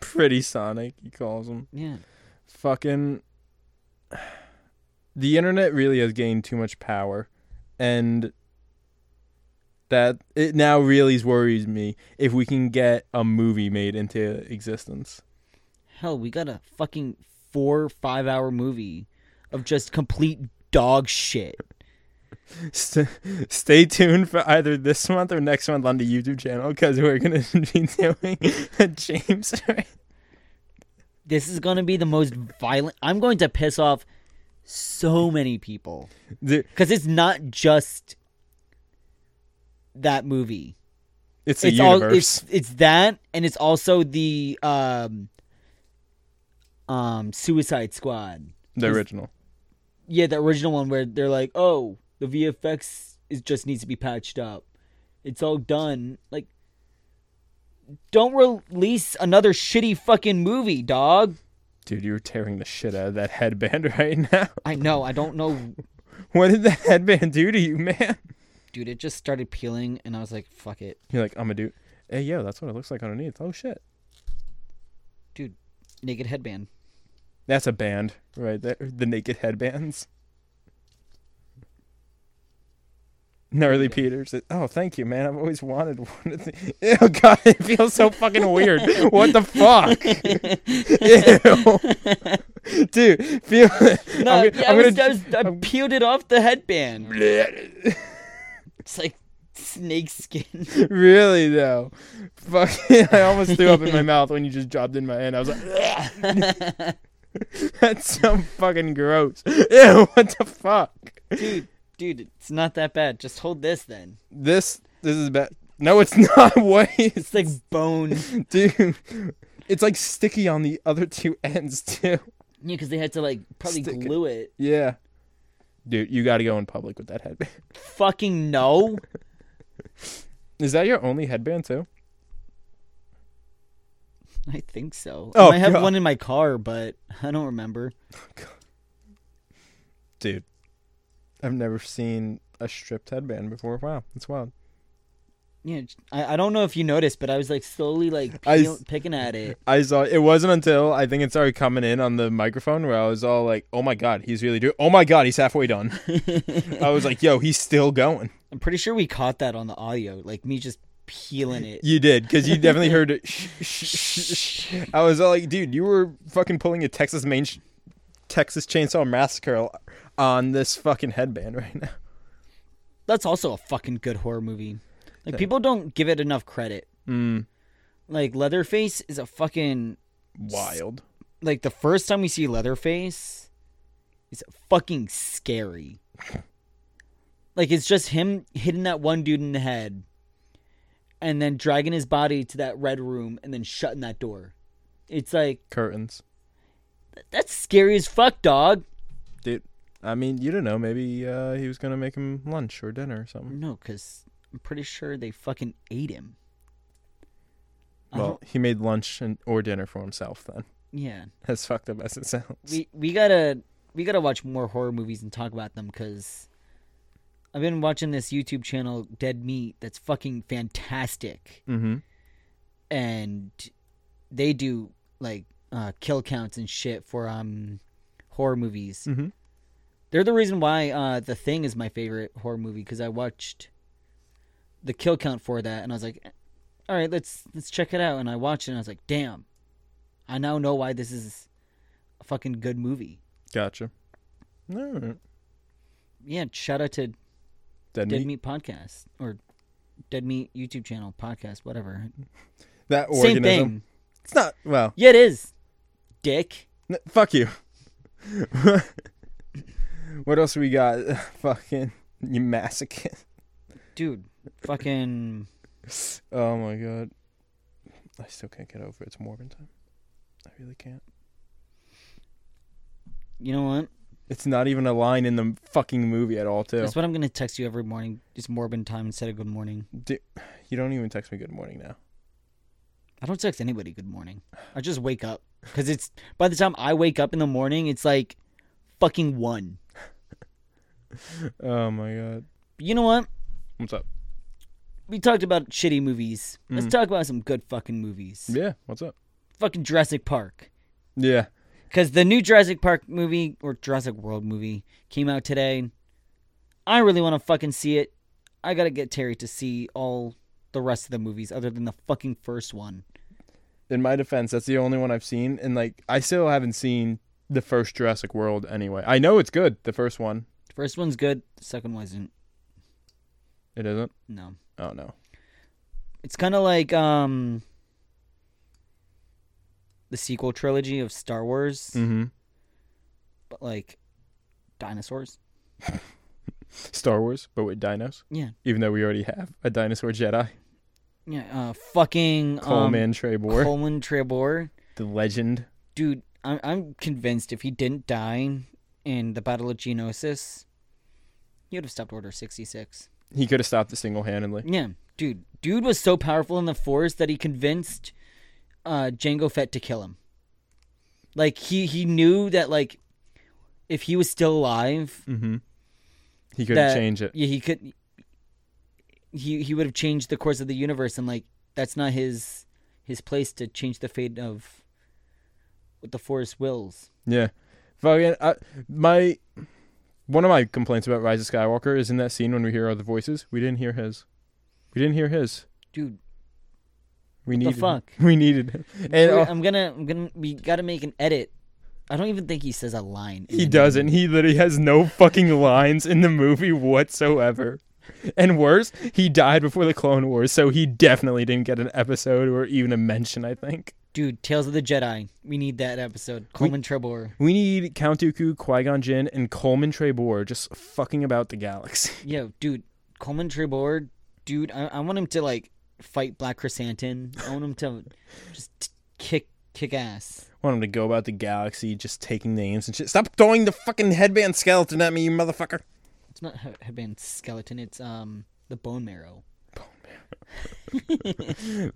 Pretty Sonic, he calls him.
Yeah,
Fucking. The internet really has gained too much power, and that it now really worries me if we can get a movie made into existence.
hell, we got a fucking four five hour movie of just complete dog shit.
St- stay tuned for either this month or next month on the YouTube channel because we're gonna be doing a James.
This is gonna be the most violent. I'm going to piss off so many people
Dude,
because it's not just that movie.
It's a
it's all
universe.
it's it's that and it's also the um um Suicide Squad.
the
it's-
original.
yeah, the original one where they're like, "Oh, the VFX is just needs to be patched up. It's all done." Like, don't release another shitty fucking movie, dog.
Dude, you're tearing the shit out of that headband right now.
I know. I don't know,
What did the headband do to you, man?
dude. It just started peeling, and I was like, "Fuck it,
You're like, I'm a dude. Hey, yo, that's what it looks like underneath. Oh, shit.
dude." Naked headband.
That's a band right there. The Naked Headbands. Gnarly Peters. said, Oh, thank you, man. I've always wanted one of these. Oh, God, it feels so fucking weird. What the fuck? Ew. Dude, feel.
No,
I'm
i
gonna- I'm
was-
gonna-
I was- I peeled it off the headband. It's like snake skin.
Really though, fucking, I almost threw up in my mouth when you just dropped in my hand. I was like, "That's so fucking gross." Ew, what the fuck?
dude, dude, it's not that bad. Just hold this then.
This, this is bad. No, it's not. What, is-
It's like bone.
dude? It's like sticky on the other two ends too.
Yeah, because they had to like probably
Stick it.
glue it.
Yeah, dude, you got to go in public with that headband.
Fucking no.
Is that your only headband too?
I think so.
Oh,
I have
God.
one in my car, but I don't remember.
Dude, I've never seen a stripped headband before. Wow, that's wild.
Yeah, I, I don't know if you noticed, but I was like slowly like
I
peel,
s-
picking at it.
I saw it wasn't until I think it started coming in on the microphone where I was all like, "Oh my god, he's really doing! Oh my god, he's halfway done." I was like, "Yo, he's still going."
I'm pretty sure we caught that on the audio, like me just peeling it.
You did because you definitely heard. it, Shh, shh, shh, shh. I was all like, "Dude, you were fucking pulling a Texas main, Texas Chainsaw Massacre on this fucking headband right now."
That's also a fucking good horror movie. Like people don't give it enough credit.
Mm,
Like Leatherface is a fucking
wild.
like the first time we see Leatherface, it's fucking scary. like it's just him hitting that one dude in the head, and then dragging his body to that red room, and then shutting that door. It's like
curtains,
that's scary as fuck, dog.
dude. I mean, you don't know. Maybe uh, he was gonna make him lunch or dinner or something.
No, because I'm pretty sure they fucking ate him. I
Well,
don't-
he made lunch and or dinner for himself. Then
yeah,
as fucked up as it sounds.
we we gotta we gotta watch more horror movies and talk about them because I've been watching this YouTube channel Dead Meat that's fucking fantastic.
mm-hmm.
and they do like uh, kill counts and shit for um horror movies.
Mhm.
They're the reason why uh, the thing is my favorite horror movie because I watched the kill count for that and I was like, "Eh, all right, let's let's check it out. And I watched it and I was like, damn, I now know why this is a fucking good movie.
Gotcha. All right.
Yeah, shout out to
Dead
Dead
meat.
Meat Podcast or Dead Meat YouTube channel podcast, whatever.
That
Same
organism.
thing.
It's not. Well,
Yeah, it is. Dick.
n- fuck you. what else we got? Fucking you masochist.
dude, fucking
Oh my god. I still can't get over it. It's Morbin time. I really can't.
you know what?
It's not even a line in the fucking movie at all, too.
That's what I'm gonna text you every morning. Just Morbin time instead of good morning.
Du- you don't even text me good morning now.
I don't text anybody good morning. I just wake up because it's by the time I wake up in the morning, it's like fucking one.
Oh my god.
But you know what?
What's up?
We talked about shitty movies. Let's
Mm.
talk about some good fucking movies.
Yeah, what's up?
Fucking Jurassic Park.
Yeah.
Because the new Jurassic Park movie or Jurassic World movie came out today. I really want to fucking see it. I gotta get Terry to see all the rest of the movies other than the fucking first one.
in my defense, that's the only one I've seen, and like I still haven't seen the first Jurassic World anyway. I know it's good, the first one.
The first one's good. The second wasn't.
It isn't.
No.
Oh no.
It's kind of like um the sequel trilogy of Star Wars,
Mm-hmm.
but like dinosaurs.
Star Wars, but with dinos.
Yeah.
Even though we already have a dinosaur Jedi,
Yeah, uh fucking
Coleman Trebor,
um, Coleman Trebor.
the legend.
Dude, I'm I'm convinced if he didn't die in the Battle of Geonosis, he would have stopped Order 66.
He could have stopped it single handedly.
Yeah, dude. Dude was so powerful in the force that he convinced uh, Django Fett to kill him. Like he he knew that like if he was still alive,
Mm-hmm. He could have
That-
changed it.
yeah, he could. He he would have changed the course of the universe, and like that's not his his place to change the fate of what the force wills.
Yeah. Fucking I, my one of my complaints about Rise of Skywalker is in that scene when we hear other voices, we didn't hear his. We didn't hear his.
Dude,
We needed. him.
fuck?
We needed him. And
we're-
uh,
I'm gonna I'm gonna we gotta make an edit. I don't even think he says a line. in
He
the
doesn't. He literally has no fucking lines in the movie whatsoever. And worse, he died before the Clone Wars, so he definitely didn't get an episode or even a mention, I think.
Dude, Tales of the Jedi. We need that episode. Coleman Trebor.
We need Count Dooku, Qui-Gon Jinn, and Coleman Trebor just fucking about the galaxy.
Yo, dude, Coleman Trebor, dude, I, I want him to like fight Black Chrysanthemum. I want him to just t- kick kick ass.
Want him to go about the galaxy just taking names and shit. Stop throwing the fucking headband skeleton at me, you motherfucker.
It's not he- headband skeleton. It's um the bone marrow.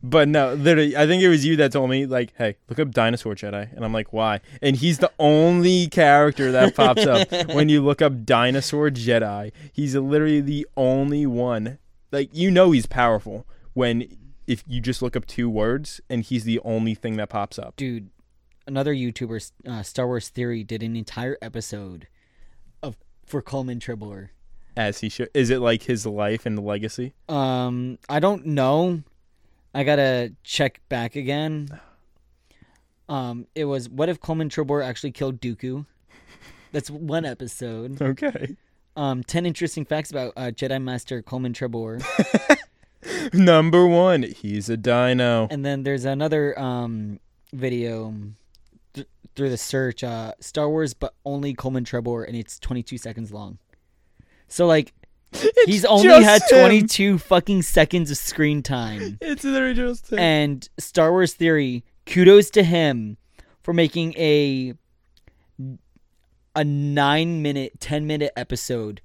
But no, literally, I think it was you that told me, like, hey, look up Dinosaur Jedi. And I'm like, why? And he's the only character that pops up when you look up Dinosaur Jedi. He's literally the only one. Like, you know, he's powerful. when if you just look up two words and he's the only thing that pops up.
dude, another YouTuber, uh, Star Wars Theory, did an entire episode of for Coleman Tribler.
As he should. Is it like his life and legacy?
Um, I don't know. I gotta check back again. Um, it was what if Coleman Tribor actually killed Dooku? That's one episode.
Okay.
Um, ten interesting facts about uh, Jedi Master Coleman Tribor,
Number one, he's a dino.
and then there's another um video th- through the search uh, Star Wars, but only Coleman Tribor, and it's 22 seconds long. So like he's only
just
had
him.
22 fucking seconds of screen time.
It's literally just him.
and Star Wars Theory, kudos to him for making a a nine minute, ten minute episode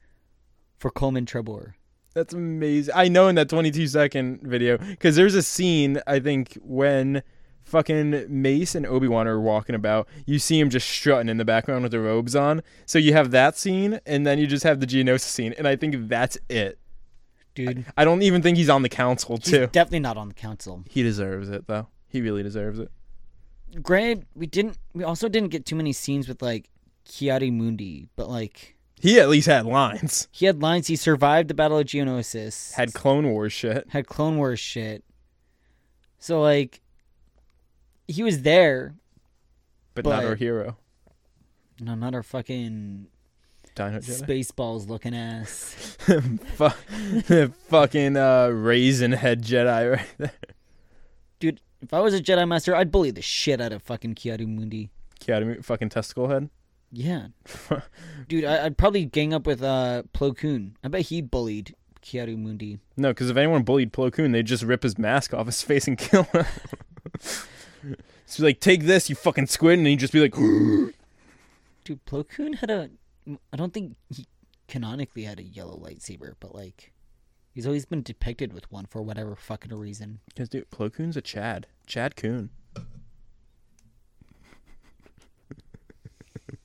for Coleman Trebor.
That's amazing. I know in that 22 second video because there's a scene I think when fucking Mace and Obi Wan are walking about, you see him just strutting in the background with the robes on. So you have that scene, and then you just have the Geonosis scene, and I think that's it.
Dude,
I don't even think he's on the council
he's
too.
definitely not on the council.
he deserves it though. He really deserves it.
Granted, we didn't. We also didn't get too many scenes with like Kiari Mundi, but like
He at least had lines.
he had lines. He survived the Battle of Geonosis.
Had Clone Wars shit.
had Clone Wars shit. So like, he was there.
But, not
But-
our hero.
No, not our fucking
Dino Jedi.
Spaceballs looking ass.
Fu- fucking uh, raisin head Jedi right there.
Dude, if I was a Jedi Master, I'd bully the shit out of fucking Kiadu Mundi.
Keanu, fucking testicle head.
Yeah. Dude, I, I'd probably gang up with uh, Plo Koon. I bet he bullied Kiadu Mundi.
No, because if anyone bullied Plo Koon, they'd just rip his mask off his face and kill him. so like, take this, you fucking squid, and he'd just be like,
Dude, Plo Koon had a. I don't think he canonically had a yellow lightsaber, but like. He's always been depicted with one for whatever fucking reason.
"Because dude, Plo Koon's a Chad, Chad Koon."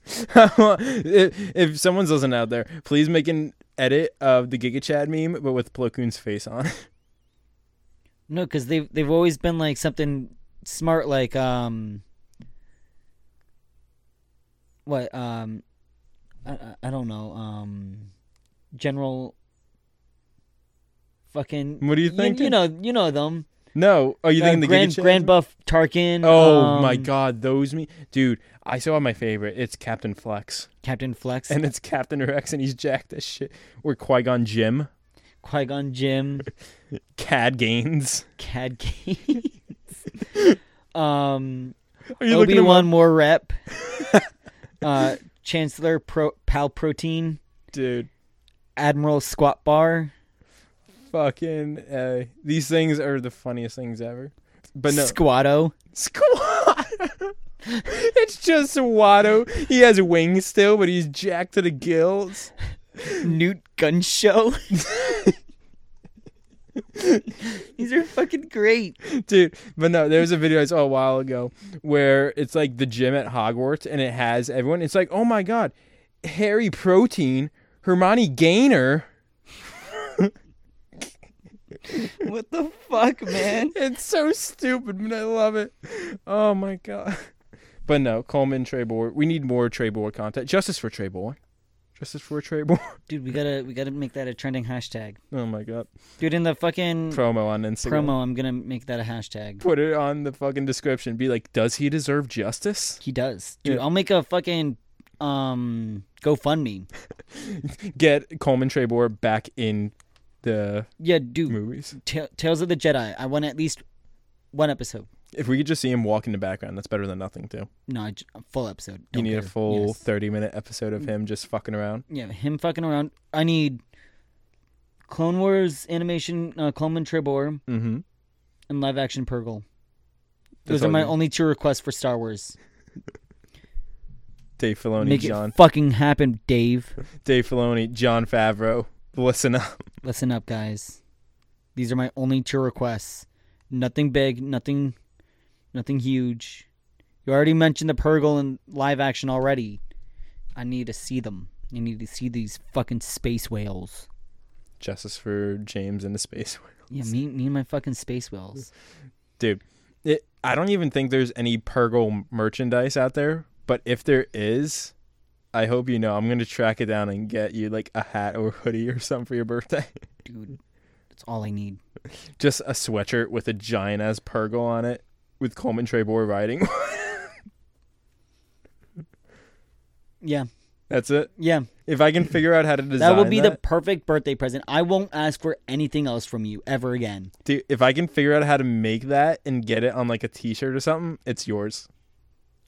if, if someone's listening out there, please make an edit of the Giga Chad meme, but with Plo Koon's face on.
No, because they've they've always been like something smart, like um, what um, I I- I don't know um, general fucking.
What do you
you-
think?
You, know, you know them.
no, are you
Uh,
thinking the
Grand
Giga Chad?
Grand Buff Tarkin.
oh my
um,
god, those me, dude! I saw my favorite. It's Captain Flex.
Captain Flex,
and it's Captain Rex, and he's jacked as shit. Or Qui Gon Jim,
Qui Gon Jim,
Cad Gaines.
Cad Gaines, um,
Are you
Obi
looking at
Wan more rep, uh, Chancellor Pro Pal Protein.
dude?
Admiral Squat Bar,
Fucking uh, these things are the funniest things ever. But no,
Squatto.
squad. it's just Watto. He has wings still, but he's jacked to the gills.
Newt Gun Show. These are fucking great.
dude. But no, there was a video I saw a while ago where it's like the gym at Hogwarts, and it has everyone. It's like, oh my god, Harry Protein, Hermione Gaynor.
What the fuck, man?
It's so stupid, but I love it. Oh my god. But no, Coleman Trebor. We need more Trebor content. Justice for Trebor. Justice for Trebor.
Dude, we gotta we gotta make that a trending hashtag.
Oh my god.
Dude, in the fucking
Promo on Instagram.
promo, I'm gonna make that a hashtag.
Put it on the fucking description. Be like, does he deserve justice?
He does. Dude,
Yeah.
I'll make a fucking um GoFundMe.
Get Coleman Trebor back in the
Yeah, dude.
movies.
Ta- Tales of the Jedi. I want at least one episode.
If we could just see him walk in the background, that's better than nothing too.
No, I j- a full episode.
You
Don't
need a
care.
full
Yes.
thirty minute episode of him just fucking around.
Yeah, him fucking around. I need Clone Wars animation uh, Coleman Tribor
Mm-hmm.
and live action Purgle.
That's
Those are
all
my
you-
only two requests for Star Wars.
Dave Filoni,
Make
John
it fucking happen, Dave.
Dave Filoni, John Favreau. Listen up.
Listen up, guys. These are my only two requests. Nothing big, nothing, nothing huge. You already mentioned the Purgle and live action already. I need to see them. I need to see these fucking space whales.
Justice for James and the space whale.
Yeah, me, me and my fucking space whales.
It, I don't even think there's any Purgle merchandise out there, but if there is, I hope you know I'm gonna track it down and get you like a hat or hoodie or something for your birthday.
Dude, that's all I need.
Just a sweatshirt with a giant ass Purgle on it with Coleman Trebor riding.
Yeah,
That's it.
yeah.
If I can figure out how to design
that will be the perfect birthday present. I won't ask for anything else from you ever again.
Dude, if I can figure out how to make that and get it on like a T-shirt or something, it's yours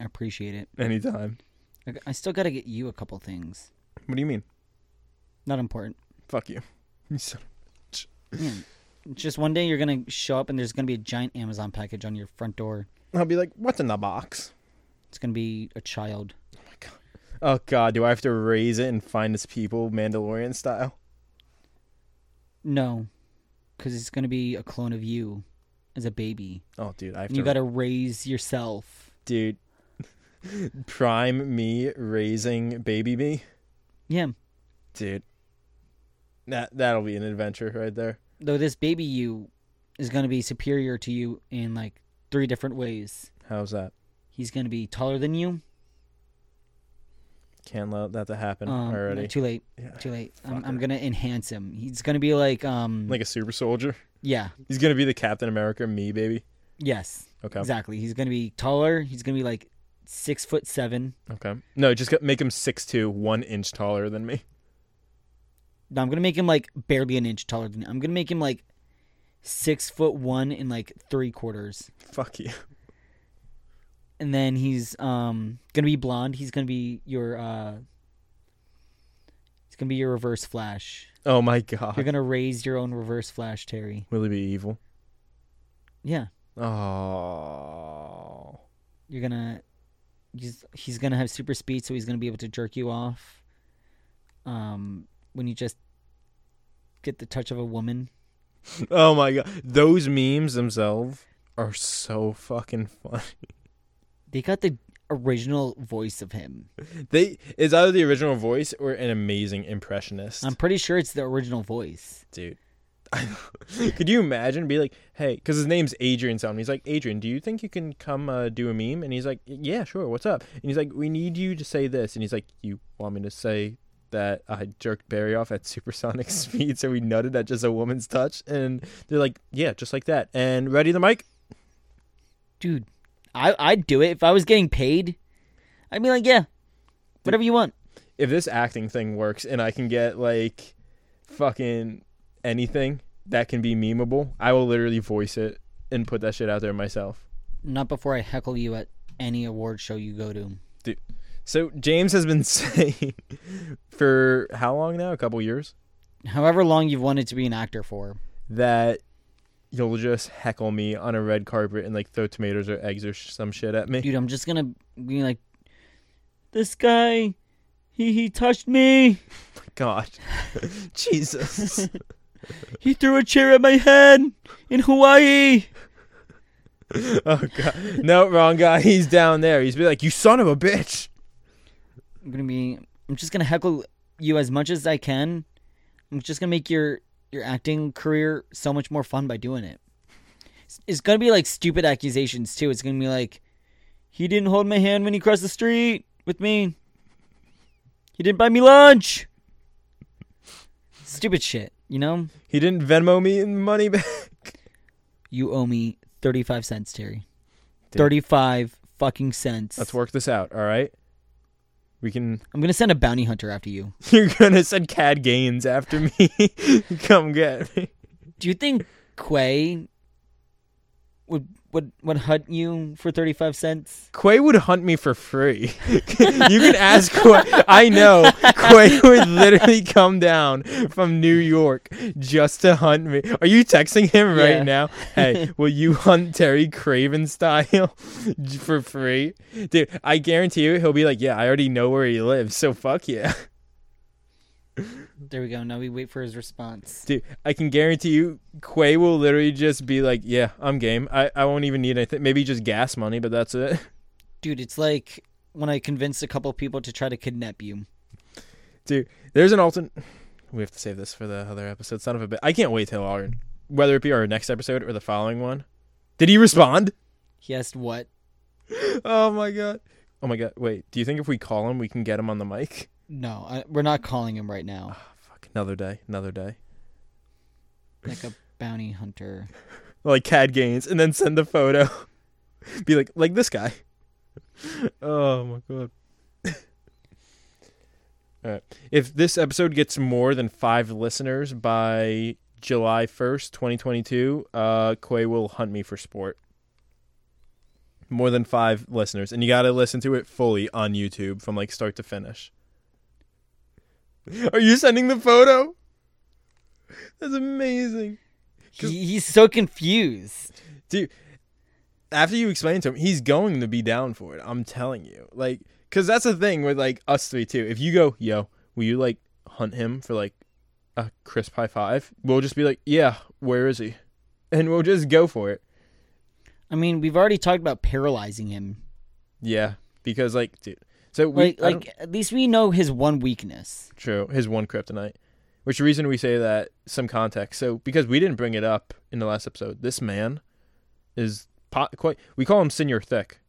I appreciate it.
anytime.
I, I still got to get you a couple things.
What do you mean?
Not important.
Fuck you. You son-
Yeah. Just one day you're going to show up and there's going to be a giant Amazon package on your front door.
I'll be like, what's in the box?
It's going to be a child.
Oh God, do I have to raise it and find its people Mandalorian style?
No, because it's going to be a clone of you as a baby.
Oh, dude, I have
And you
to.
got to raise yourself.
dude, prime me raising baby me,
Yeah.
dude. That that'll be an adventure right there.
Though this baby you is going to be superior to you in like three different ways.
How's that?
He's going to be taller than you.
Can't let that to happen
Um,
already.
no, too late.
Yeah.
Too late. I'm, I'm
Fucker.
gonna enhance him. He's gonna be like, um,
Like a super soldier.
yeah,
He's gonna be the Captain America me baby.
yes,
Okay.
exactly. He's gonna be taller. He's gonna be like six foot seven.
Okay. No, just get- make him 6'2", one inch taller than me.
No, I'm gonna make him like barely an inch taller than. I'm gonna make him like six foot one and like three quarters.
Fuck you.
And then he's um gonna be blonde. He's gonna be your uh. He's gonna be your reverse flash.
Oh my
You're
god.
gonna raise your own reverse flash, Terry.
Will he be evil?
Yeah,
Oh.
you're gonna he's, he's gonna have super speed so he's gonna be able to jerk you off um when you just get the touch of a woman
Oh my god. Those memes themselves are so fucking funny.
they got the original voice of him
They it's either the original voice or an amazing impressionist.
i'm pretty sure it's the original voice
Dude. Could you imagine? Be like, hey, because his name's Adrian something. He's like, Adrian, do you think you can come uh, do a meme? And he's like, yeah, sure. What's up? And he's like, we need you to say this. And he's like, you want me to say that I jerked Barry off at supersonic speed, so we nutted at just a woman's touch? And they're like, yeah, just like that. And ready the mic?
dude i i'd do it if i was getting paid i'd be like yeah whatever you want
If this acting thing works and I can get like fucking anything that can be memeable, I will literally voice it and put that shit out there myself.
not before i heckle you at any award show you go to
So James has been saying for how long now? A couple years
however long you've wanted to be an actor for
that you'll just heckle me on a red carpet and like throw tomatoes or eggs or sh- some shit at me.
dude, I'm just gonna be like, this guy, he he touched me.
God, Jesus,
He threw a chair at my head in Hawaii.
oh God, no, wrong guy. He's down there. He's be like, you son of a bitch.
I'm gonna be. I'm just gonna heckle you as much as I can. I'm just gonna make your your acting career so much more fun by doing it. It's, it's gonna be like stupid accusations too. It's gonna be like, he didn't hold my hand when he crossed the street with me. He didn't buy me lunch. Stupid shit, you know.
He didn't Venmo me in money back.
you owe me 35 cents, Terry.
Dude.
35 fucking cents.
Let's work this out. All right, we can.
I'm going to send a bounty hunter after you.
You're gonna send Cad Gaines after me. Come get me.
Do you think Quay would would would hunt you for 35 cents?
Quay would hunt me for free. you can ask Quay. I know Quay would literally come down from New York just to hunt me. Are you texting him right
Yeah.
now? Hey, will you hunt Terry Craven style for free, dude? I guarantee you, he'll be like, "Yeah, I already know where he lives, so fuck yeah."
There we go. Now we wait for his response.
Dude, I can guarantee you, Quay will literally just be like, "Yeah, I'm game. I, I won't even need anything. Maybe just gas money, but that's it."
Dude, it's like when I convinced a couple people to try to kidnap you.
Dude, there's an alternate. we have to save this for the other episode. Son of a bit. I can't wait till our whether it be our next episode or the following one. Did he respond?
He asked what?
Oh my god. Oh my god. Wait. Do you think if we call him, we can get him on the mic?
No, I, we're not calling him right now.
Ah, fuck. Another day. Another day.
Like a bounty hunter.
Like Cad Gaines, and then send the photo. be like, like this guy. oh my god. All right. If this episode gets more than five listeners by July first, twenty twenty-two, uh, Quay will hunt me for sport. More than five listeners, and you got to listen to it fully on YouTube from like start to finish. Are you sending the photo? That's amazing. Cause-
He, he's so confused.
after you explain to him, he's going to be down for it. I'm telling you. Like, because that's the thing with like us three too. If you go, yo, will you like hunt him for like a crisp high five? We'll just be like, yeah, where is he? And we'll just go for it.
I mean, we've already talked about paralyzing him.
Yeah, because like, dude. So we
Like,
I don't-
like at least we know his one weakness.
True. His one kryptonite. Which the reason we say that some context. So because we didn't bring it up in the last episode, this man is po- quite. We call him Senior Thick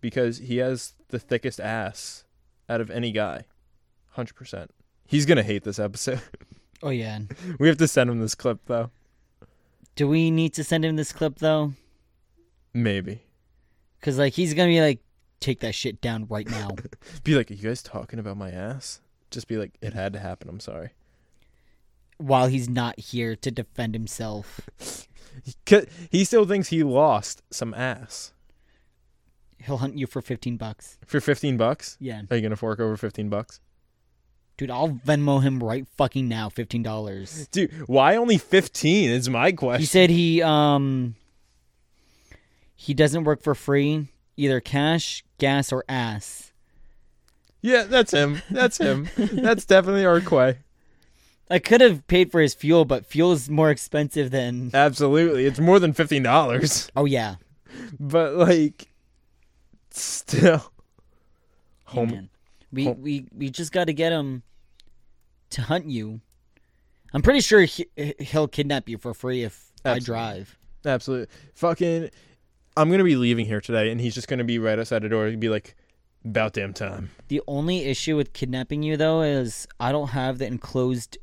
because he has the thickest ass out of any guy. Hundred percent. He's gonna hate this episode.
Oh yeah.
we have to send him this clip though.
Do we need to send him this clip though?
Maybe
Because like he's gonna be like, take that shit down right now.
be like, "Are you guys talking about my ass?" Just be like, "It had to happen. I'm sorry."
While he's not here to defend himself.
He, c- he still thinks he lost some ass
He'll hunt you for fifteen bucks.
for fifteen bucks.
Yeah.
Are you gonna fork over fifteen bucks?
Dude, I'll Venmo him right fucking now, fifteen dollars.
Dude, why only 15 is my
He
question.
said he um he doesn't work for free, either cash, gas, or ass.
Yeah, that's him. That's him. that's definitely our quay.
I could have paid for his fuel, but fuel's more expensive than
Absolutely. It's more than $15,
Oh yeah.
but like still
Hey,
Home-
man. We
home-
we we just got to get him to hunt you. I'm pretty sure he, he'll kidnap you for free if
Absolutely.
I drive.
absolutely fucking I'm going to be leaving here today and he's just going to be right outside the door and be like about damn time.
The only issue with kidnapping you though is I don't have the enclosed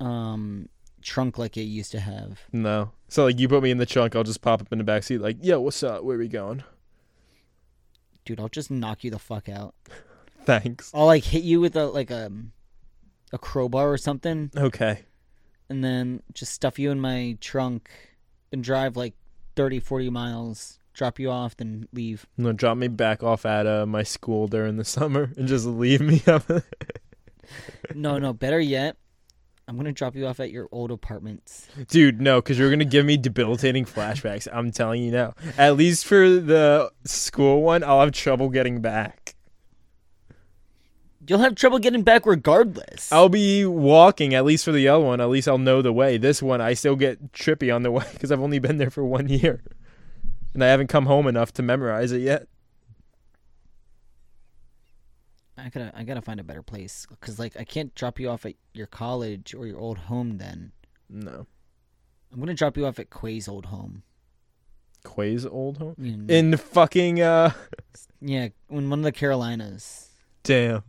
um trunk like it used to have.
No. So like you put me in the trunk, I'll just pop up in the back seat like, "Yo, what's up? Where we going?"
Dude, I'll just knock you the fuck out.
Thanks.
I'll like hit you with a like a a crowbar or something
Okay.
and then just stuff you in my trunk and drive like 30 40 miles, drop you off then leave.
And then drop me back off at uh, my school during the summer and just leave me up.
No, no, better yet, I'm gonna drop you off at your old apartments.
Dude, no, because you're gonna give me debilitating flashbacks. I'm telling you now. At least for the school one, I'll have trouble getting back.
You'll have trouble getting back regardless.
I'll be walking. At least for the other one, at least I'll know the way. This one, I still get trippy on the way because I've only been there for one year, and I haven't come home enough to memorize it yet.
I gotta, I gotta find a better place because like I can't drop you off at your college or your old home. Then
No,
I'm gonna drop you off at Quay's old home.
Quay's old home
You know,
in fucking uh.
yeah, in one of the Carolinas,
Damn.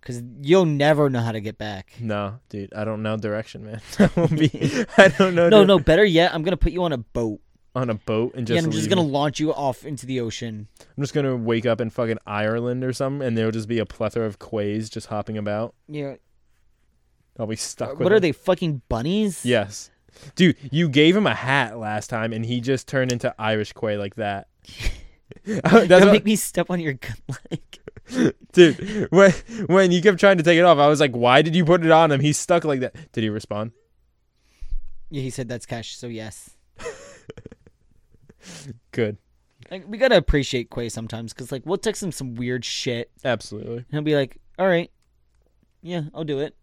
because you'll never know how to get back.
No, dude, I don't know direction, man. I won't be. I don't know.
No,
dir-
no, better yet, I'm gonna put you on a boat.
On a boat and just.
Yeah, I'm just
leave
gonna launch you off into the ocean.
I'm just gonna wake up in fucking Ireland or something, and there'll just be a plethora of quays just hopping about.
Yeah,
I'll be stuck. with
what are
them.
they fucking bunnies?
Yes, dude, you gave him a hat last time, and he just turned into Irish quay like that. That's
Don't
what-
make me step on your good leg.
dude, when when you kept trying to take it off, I was like, "Why did you put it on him? He's stuck like that." Did he respond?
Yeah, he said that's cash, so yes.
Good,
Like we gotta appreciate Quay sometimes, cause like we'll text him some weird shit,
absolutely.
and he'll be like, "All right, yeah, I'll do it."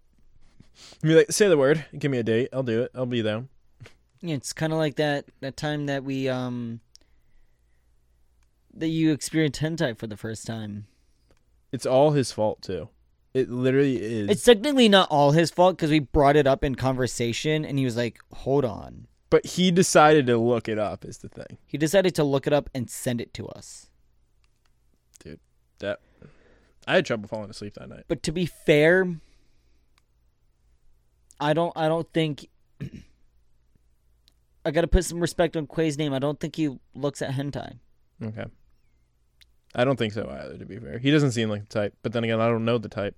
Be like, say the word, give me a date, I'll do it, I'll be down.
Yeah, it's kind of like that that time that we um that you experienced hentai for the first time.
It's all his fault too. It literally is.
It's technically not all his fault because we brought it up in conversation and he was like, hold on.
but he decided to look it up. Is the thing,
He decided to look it up and send it to us.
dude. That I had trouble falling asleep that night.
But to be fair, I don't I don't think I gotta put some respect on Quay's name. I don't think he looks at hentai.
Okay. I don't think so either. To be fair, he doesn't seem like the type. But then again, I don't know the type.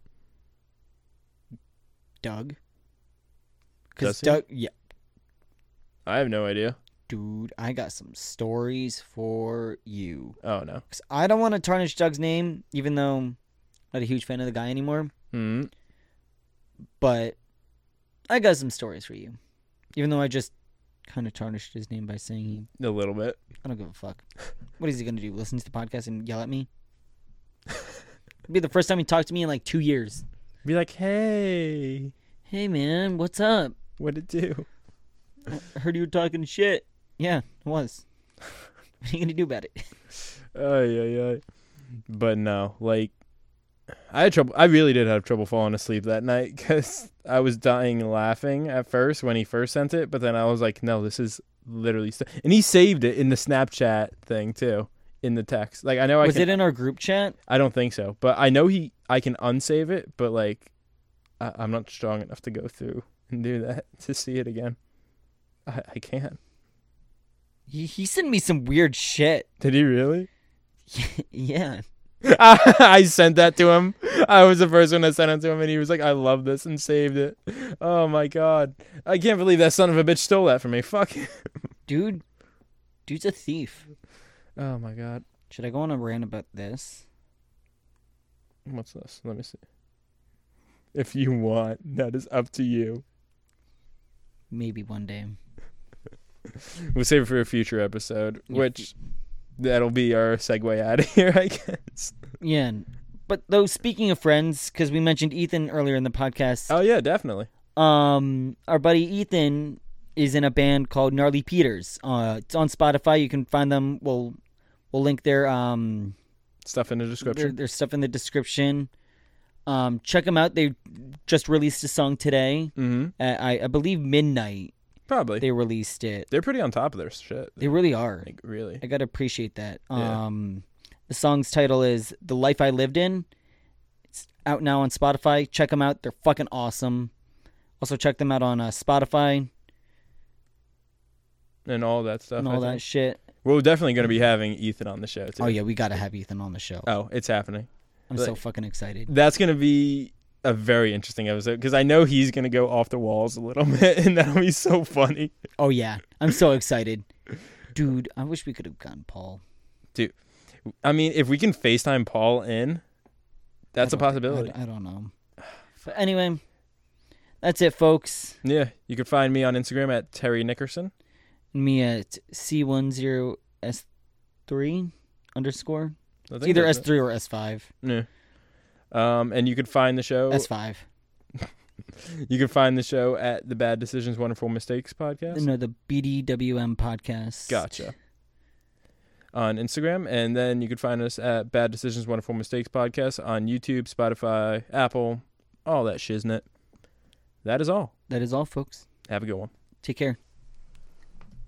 Doug.
Does
Because
he?
Doug yeah.
I have no idea.
Dude, I got some stories for you.
Oh no.
'Cause I don't want to tarnish Doug's name, even though I'm not a huge fan of the guy anymore.
Hmm.
but I got some stories for you. Even though I just kind of tarnished his name by saying he,
A little bit.
I don't give a fuck. What is he gonna do? Listen to the podcast and yell at me? It'd be the first time he talked to me in like two years.
Be like, hey,
Hey man, what's up?
what it do?
I heard you were talking shit. Yeah, it was. What are you gonna do about it?
Oh yeah, yeah. But no, like, I had trouble. I really did have trouble falling asleep that night because I was dying laughing at first when he first sent it. But then I was like, no, this is literally. St-. And he saved it in the Snapchat thing too, in the text. Like I know I
was
can.
it in our group chat?
I don't think so, but I know he. I can unsave it, but like, I, I'm not strong enough to go through and do that to see it again. I, I can't.
He, he sent me some weird shit.
Did he really?
yeah.
I sent that to him. I was the first one that sent it to him, and he was like, "I love this," and saved it. Oh my god, I can't believe that son of a bitch stole that from me. Fuck.
Dude, dude's a thief.
Oh my god,
Should I go on a rant about this?
what's this? Let me see. If you want, that is up to you.
Maybe one day.
We'll save it for a future episode,
Yeah.
which that'll be our segue out of here, I guess.
Yeah. n- But though speaking of friends, because we mentioned Ethan earlier in the podcast,
Oh yeah, definitely.
um, our buddy Ethan is in a band called Gnarly Peters. Uh, it's on Spotify. You can find them. We'll we'll link their um
Stuff in the
their,
description.
their stuff in the description. Um, check them out. They just released a song today.
Mm-hmm.
At, I I believe midnight
Probably.
they released it.
They're pretty on top of their shit.
They really are.
Like really.
I gotta appreciate that.
Yeah.
Um, the song's title is "The Life I Lived In." It's out now on Spotify. Check them out; they're fucking awesome. Also, check them out on uh, Spotify
and all that stuff.
and
I
all that
think.
shit.
We're definitely going to be having Ethan on the show too.
Oh yeah, we gotta have Ethan on the show.
Oh, it's happening.
I'm so
like-
fucking excited.
That's going to be a very interesting episode because I know he's going to go off the walls a little bit, and that'll be so funny.
Oh yeah, I'm so excited, dude. I wish we could have gotten Paul.
I mean, if we can FaceTime Paul in, that's
I
a
don't think- I-
possibility.
I, don't know. But anyway, that's it, folks.
Yeah, you can find me on Instagram at Terry Nickerson.
Me at C10S3 underscore.
I
It's
think
either
that's
S3 or S5.
it. Yeah. Um, and you can find the show.
S5.
You can find the show at the Bad Decisions, Wonderful Mistakes podcast.
No, the BDWM podcast.
Gotcha. On Instagram, and then you can find us at Bad Decisions, Wonderful Mistakes podcast on YouTube, Spotify, Apple, all that shiznit. That is all.
That is all, folks.
Have a good one.
Take care.